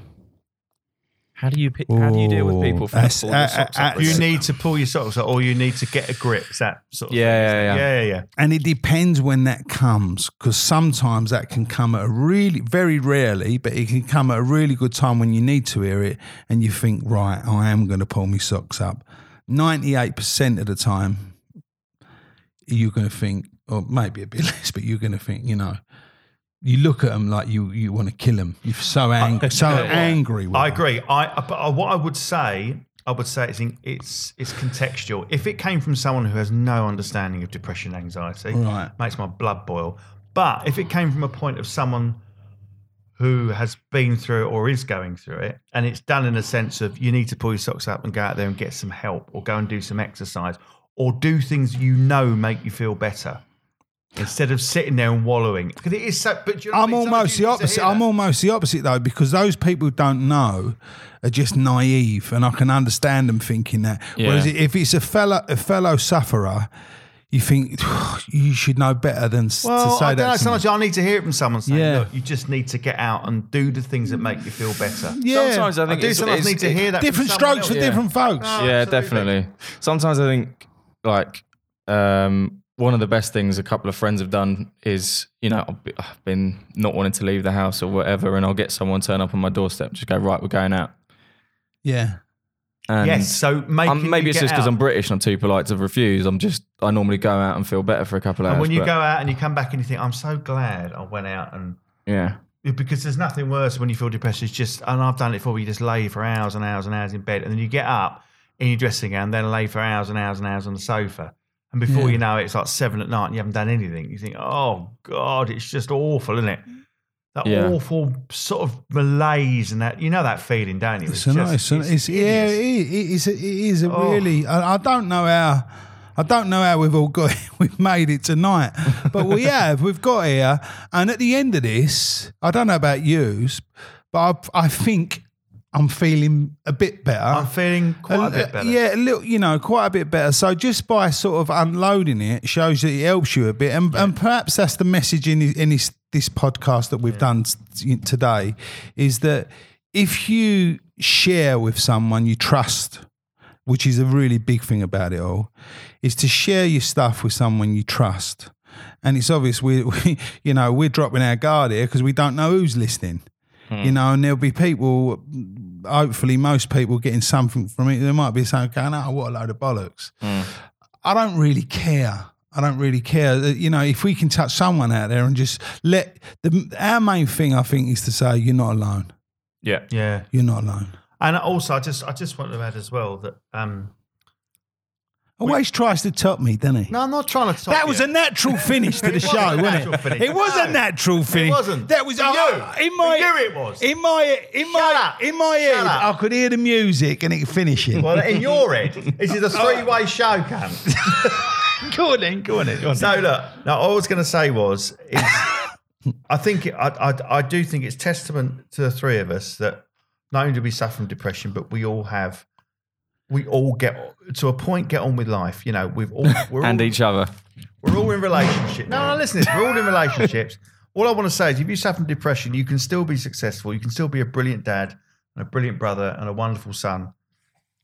[SPEAKER 3] How do you pi- how do you deal with people from the
[SPEAKER 1] That's-
[SPEAKER 3] pull your
[SPEAKER 1] uh,
[SPEAKER 3] socks
[SPEAKER 1] uh,
[SPEAKER 3] up
[SPEAKER 1] uh,
[SPEAKER 3] brigade?
[SPEAKER 2] you need to pull your socks up, or you need to get a grip. It's that sort of
[SPEAKER 3] Yeah,
[SPEAKER 2] thing,
[SPEAKER 3] yeah,
[SPEAKER 2] isn't it?
[SPEAKER 3] yeah.
[SPEAKER 2] yeah, yeah.
[SPEAKER 1] And it depends when that comes, because sometimes that can come at a really, very rarely, but it can come at a really good time when you need to hear it, and you think, right, I am going to pull my socks up. 98% of the time, you're going to think, or maybe a bit less, but you're going to think, you know, you look at them like you, you want to kill them. You're so angry, so angry. With
[SPEAKER 2] I
[SPEAKER 1] 'em.
[SPEAKER 2] agree. I uh, but I- what I would say, I would say it's in- it's it's contextual. If it came from someone who has no understanding of depression, and anxiety,
[SPEAKER 1] Right.
[SPEAKER 2] makes my blood boil. But if it came from a point of someone who has been through it or is going through it, and it's done in a sense of you need to pull your socks up and go out there and get some help, or go and do some exercise, or do things you know make you feel better. Instead of sitting there and wallowing, because it is so. But do you know what
[SPEAKER 1] I'm
[SPEAKER 2] I mean? Some
[SPEAKER 1] almost
[SPEAKER 2] of you
[SPEAKER 1] the
[SPEAKER 2] need to
[SPEAKER 1] opposite.
[SPEAKER 2] hear
[SPEAKER 1] I'm
[SPEAKER 2] that.
[SPEAKER 1] almost the opposite though, because those people who don't know are just naive, and I can understand them thinking that. Whereas
[SPEAKER 3] Yeah.
[SPEAKER 1] if it's a fellow a fellow sufferer, you think you should know better than s-
[SPEAKER 2] Well,
[SPEAKER 1] to say
[SPEAKER 2] Oh, I don't know.
[SPEAKER 1] that. to me."
[SPEAKER 2] Sometimes I need to hear it from someone saying,
[SPEAKER 1] Yeah.
[SPEAKER 2] "Look, you just need to get out and do the things that make you feel better."
[SPEAKER 1] yeah,
[SPEAKER 3] Sometimes I
[SPEAKER 2] I
[SPEAKER 3] think
[SPEAKER 2] do
[SPEAKER 3] it's-
[SPEAKER 2] sometimes
[SPEAKER 3] it's-
[SPEAKER 2] need to
[SPEAKER 3] it-
[SPEAKER 2] hear that. from
[SPEAKER 1] different
[SPEAKER 2] someone
[SPEAKER 1] strokes
[SPEAKER 2] else.
[SPEAKER 1] for different folks.
[SPEAKER 2] Oh,
[SPEAKER 3] yeah,
[SPEAKER 2] absolutely.
[SPEAKER 3] definitely. Sometimes I think like um, one of the best things a couple of friends have done is you know I've be- I've been not wanting to leave the house or whatever, and I'll get someone turn up on my doorstep, just go right, we're going out,
[SPEAKER 1] yeah,
[SPEAKER 3] And
[SPEAKER 2] yes. So maybe
[SPEAKER 3] I'm, Um, maybe it's just because I'm British and I'm too polite to refuse. I'm just I normally go out and feel better for a couple of hours.
[SPEAKER 2] And when you
[SPEAKER 3] but-
[SPEAKER 2] go out and you come back and you think, I'm so glad I went out and
[SPEAKER 3] yeah,
[SPEAKER 2] because there's nothing worse when you feel depressed. It's just, and I've done it before. where You just lay for hours and hours and hours in bed, and then you get up in your dressing gown, and then lay for hours and hours and hours on the sofa, and before
[SPEAKER 1] Yeah.
[SPEAKER 2] you know it, it's like seven at night, and you haven't done anything. You think, oh god, it's just awful, isn't it? That
[SPEAKER 3] Yeah.
[SPEAKER 2] awful sort of malaise and that you know that feeling, don't you?
[SPEAKER 1] It's, a nice.
[SPEAKER 2] just-
[SPEAKER 1] it's, yeah, it is. It is,
[SPEAKER 2] hideous.
[SPEAKER 1] a, it is a
[SPEAKER 2] Oh.
[SPEAKER 1] really. I, I don't know how. I don't know how we've all got. We've made it tonight, but we have. We've got here, and at the end of this, I don't know about yous, but I, I think I'm feeling a bit better.
[SPEAKER 2] I'm feeling quite a bit better.
[SPEAKER 1] uh, Yeah, a little, you know, quite a bit better. So just by sort of unloading it shows that it helps you a bit, and, and perhaps that's the message in in this this podcast that we've done t- today is that if you share with someone you trust, which is a really big thing about it all, is to share your stuff with someone you trust. And it's obvious we, we you know, we're dropping our guard here because we don't know who's listening.
[SPEAKER 2] Hmm.
[SPEAKER 1] You know, and there'll be people hopefully most people getting something from it. There might be something going, oh, what a load of bollocks.
[SPEAKER 2] Hmm.
[SPEAKER 1] I don't really care. I don't really care. Uh, You know, if we can touch someone out there and just let the, our main thing, I think, is to say, you're not alone.
[SPEAKER 3] yeah,
[SPEAKER 2] yeah.
[SPEAKER 1] You're not alone.
[SPEAKER 2] And also, I just I just want to add as well that um,
[SPEAKER 1] Always tries to top me, doesn't he?
[SPEAKER 2] no, I'm not trying to. Top
[SPEAKER 1] That was
[SPEAKER 2] you.
[SPEAKER 1] a natural finish to the
[SPEAKER 2] It
[SPEAKER 1] show,
[SPEAKER 2] wasn't a
[SPEAKER 1] wasn't
[SPEAKER 2] natural
[SPEAKER 1] it?
[SPEAKER 2] finish.
[SPEAKER 1] It was a
[SPEAKER 2] No.
[SPEAKER 1] natural finish.
[SPEAKER 2] wasn't.
[SPEAKER 1] That was
[SPEAKER 2] For
[SPEAKER 1] I-
[SPEAKER 2] you.
[SPEAKER 1] in my
[SPEAKER 2] For you it was.
[SPEAKER 1] in my in my
[SPEAKER 2] up.
[SPEAKER 1] in my
[SPEAKER 2] Shut
[SPEAKER 1] head. I
[SPEAKER 2] up.
[SPEAKER 1] could hear the music and it finishing.
[SPEAKER 2] Well, in your head, this is a
[SPEAKER 1] Oh.
[SPEAKER 2] three-way show, Cam.
[SPEAKER 1] go on then, go on then. Go on
[SPEAKER 2] So look, now all I was going to say was, is, I think it, I, I I do think it's testament to the three of us that not only do we suffer from depression, but we all have, we all get to a point, get on with life. You know, we've all we're
[SPEAKER 3] and
[SPEAKER 2] all,
[SPEAKER 3] each other.
[SPEAKER 2] we're all in relationships. No, no, listen to this. We're all in relationships. all I want to say is if you suffer from depression, you can still be successful. You can still be a brilliant dad and a brilliant brother and a wonderful son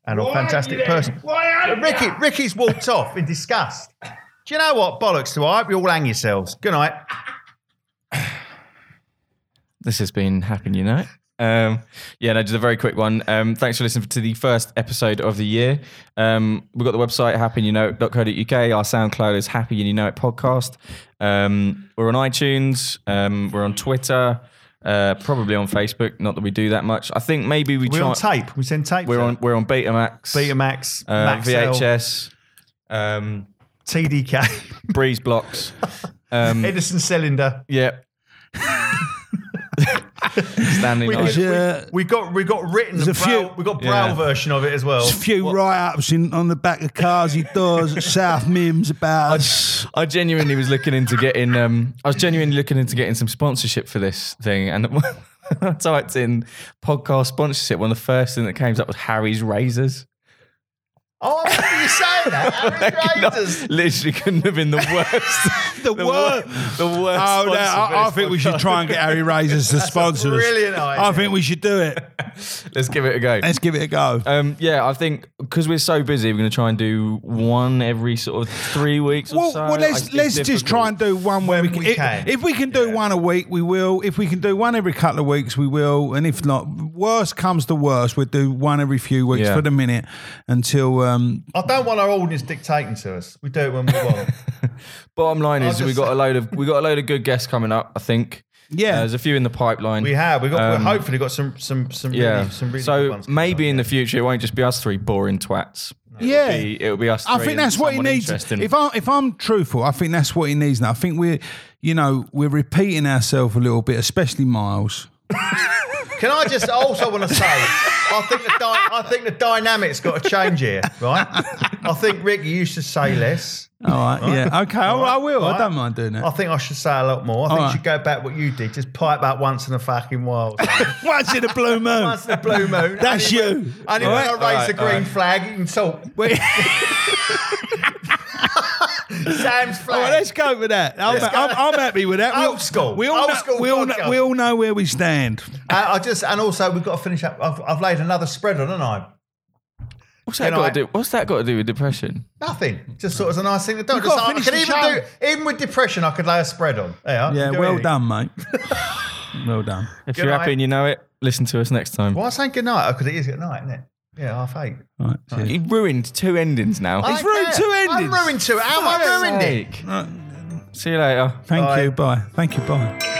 [SPEAKER 2] and a fantastic person. But Ricky, Ricky's walked off in disgust. Do you know what? Bollocks to I hope you all hang yourselves. Good night.
[SPEAKER 3] This has been Happy New Night. Um, yeah, no, just a very quick one. Um, thanks for listening to the first episode of the year. Um, we've got the website happynyouknow.co.uk. Our SoundCloud is Happy You Know It podcast. Um, we're on iTunes. Um, we're on Twitter. Uh, probably on Facebook. Not that we do that much. I think maybe we
[SPEAKER 2] We're
[SPEAKER 3] try.
[SPEAKER 2] on tape. We send tape.
[SPEAKER 3] we're on. We're on Betamax.
[SPEAKER 2] Betamax,
[SPEAKER 3] uh,
[SPEAKER 2] Max VHS,
[SPEAKER 3] VHS. Um,
[SPEAKER 2] TDK,
[SPEAKER 3] Breeze blocks. Um,
[SPEAKER 2] Edison cylinder.
[SPEAKER 3] yeah. Standing.
[SPEAKER 2] We-
[SPEAKER 3] Irish.
[SPEAKER 1] There's a-
[SPEAKER 2] We got we got written
[SPEAKER 1] There's a
[SPEAKER 2] and braille,
[SPEAKER 1] few-
[SPEAKER 2] we got braille
[SPEAKER 3] Yeah.
[SPEAKER 2] version of it as well.
[SPEAKER 1] There's a few write-ups in, on the back of cars he does at South Mims about us.
[SPEAKER 3] I genuinely was looking into getting. Um, I was genuinely looking into getting some sponsorship for this thing, and I typed in podcast sponsorship. One of the first thing that came up was Harry's razors.
[SPEAKER 2] Oh, I remember you saying that. Harry
[SPEAKER 3] No,
[SPEAKER 2] Graders.
[SPEAKER 3] literally couldn't have been the worst.
[SPEAKER 1] The worst.
[SPEAKER 3] The worst.
[SPEAKER 1] Oh, no,
[SPEAKER 3] sponsor for
[SPEAKER 1] I, I
[SPEAKER 3] this
[SPEAKER 1] think we should
[SPEAKER 3] podcast.
[SPEAKER 1] try and get Harry Razors to sponsor us.
[SPEAKER 2] brilliant idea.
[SPEAKER 1] I think we should do it.
[SPEAKER 3] Let's give it a go.
[SPEAKER 1] Let's give it a go.
[SPEAKER 3] Um, yeah, I think because we're so busy, we're going to try and do one every sort of three weeks or
[SPEAKER 1] Well,
[SPEAKER 3] so.
[SPEAKER 1] well,
[SPEAKER 3] I-
[SPEAKER 1] let's
[SPEAKER 3] it's
[SPEAKER 1] let's just try and
[SPEAKER 3] difficult.
[SPEAKER 1] do one where we
[SPEAKER 2] When
[SPEAKER 1] can.
[SPEAKER 2] we
[SPEAKER 1] if,
[SPEAKER 2] can.
[SPEAKER 1] if we can do one a week, we will. If we can do one every couple of weeks, we will. And if not, worst comes to worst, we'll do one every few weeks
[SPEAKER 3] Yeah.
[SPEAKER 1] for the minute until. Um,
[SPEAKER 2] I don't want our audience dictating to us. We do it when we want.
[SPEAKER 3] Bottom line is,
[SPEAKER 2] I'll
[SPEAKER 3] we
[SPEAKER 2] just-
[SPEAKER 3] got a load of we got a load of good guests coming up. I think.
[SPEAKER 1] Yeah.
[SPEAKER 3] Uh, there's a few in the pipeline.
[SPEAKER 2] we have. We got.
[SPEAKER 3] Um,
[SPEAKER 2] we hopefully got some some some really,
[SPEAKER 3] Yeah.
[SPEAKER 2] some really good
[SPEAKER 3] so
[SPEAKER 2] ones coming
[SPEAKER 3] maybe
[SPEAKER 2] up,
[SPEAKER 3] in
[SPEAKER 2] yeah.
[SPEAKER 3] the future, it won't just be us three boring twats.
[SPEAKER 1] yeah,
[SPEAKER 3] It'll be, it'll be us.
[SPEAKER 1] I
[SPEAKER 3] three
[SPEAKER 1] think
[SPEAKER 3] and
[SPEAKER 1] that's what he
[SPEAKER 3] someone
[SPEAKER 1] needs.
[SPEAKER 3] interesting.
[SPEAKER 1] If I if I'm truthful, I think that's what he needs now. I think we're you know we're repeating ourselves a little bit, especially Miles.
[SPEAKER 2] Can I just also want to say, I think the di- I think the dynamics got to change here, right? I think Rick, you should say less.
[SPEAKER 1] All right, yeah, okay, all right, I will. I
[SPEAKER 2] Alright.
[SPEAKER 1] don't mind doing
[SPEAKER 2] I
[SPEAKER 1] that.
[SPEAKER 2] think I should say a lot more. I think
[SPEAKER 1] All
[SPEAKER 2] you should go back what you did. Just pipe that once in a fucking while.
[SPEAKER 1] Once in a blue moon.
[SPEAKER 2] Once in a blue moon.
[SPEAKER 1] That's
[SPEAKER 2] and
[SPEAKER 1] you.
[SPEAKER 2] And
[SPEAKER 1] Alright?
[SPEAKER 2] if I raise
[SPEAKER 3] Alright,
[SPEAKER 2] the green
[SPEAKER 3] alright.
[SPEAKER 2] flag, you can talk.
[SPEAKER 1] Wait,
[SPEAKER 2] Sam's
[SPEAKER 1] all right,
[SPEAKER 2] flag.
[SPEAKER 1] let's go with that. I'm, I'm, I'm happy with that.
[SPEAKER 2] Old
[SPEAKER 1] We'll-
[SPEAKER 2] school.
[SPEAKER 1] We all,
[SPEAKER 2] Old
[SPEAKER 1] know,
[SPEAKER 2] school
[SPEAKER 1] we, all know,
[SPEAKER 2] podcast.
[SPEAKER 1] we all know where we stand.
[SPEAKER 2] Uh, I just and also we've got to finish up. I've, I've laid another spread on, haven't I?
[SPEAKER 3] what's that
[SPEAKER 2] Can
[SPEAKER 3] got
[SPEAKER 2] I-
[SPEAKER 3] to do? What's that got to do with depression?
[SPEAKER 2] Nothing. Just sort of a nice thing to do.
[SPEAKER 1] We've
[SPEAKER 2] Just,
[SPEAKER 1] got to
[SPEAKER 2] I
[SPEAKER 1] Mm. finish
[SPEAKER 2] can even
[SPEAKER 1] the
[SPEAKER 2] do even with depression. I could lay a spread on. Yeah.
[SPEAKER 1] Yeah,
[SPEAKER 2] do
[SPEAKER 1] well
[SPEAKER 2] anything.
[SPEAKER 1] done, mate. well done.
[SPEAKER 3] If
[SPEAKER 2] Good
[SPEAKER 3] you're
[SPEAKER 2] night.
[SPEAKER 3] happy and you know it, listen to us next time.
[SPEAKER 2] Why well, saying good night? Because it is good night, isn't it? Yeah, half eight.
[SPEAKER 1] Right, cheers.
[SPEAKER 3] He ruined two endings now.
[SPEAKER 1] He's ruined
[SPEAKER 2] care.
[SPEAKER 1] two
[SPEAKER 2] I've
[SPEAKER 1] endings.
[SPEAKER 2] ruined two. How have I ruined it?
[SPEAKER 3] See you later.
[SPEAKER 1] Thank
[SPEAKER 2] Bye.
[SPEAKER 1] you. Bye. Thank you. Bye.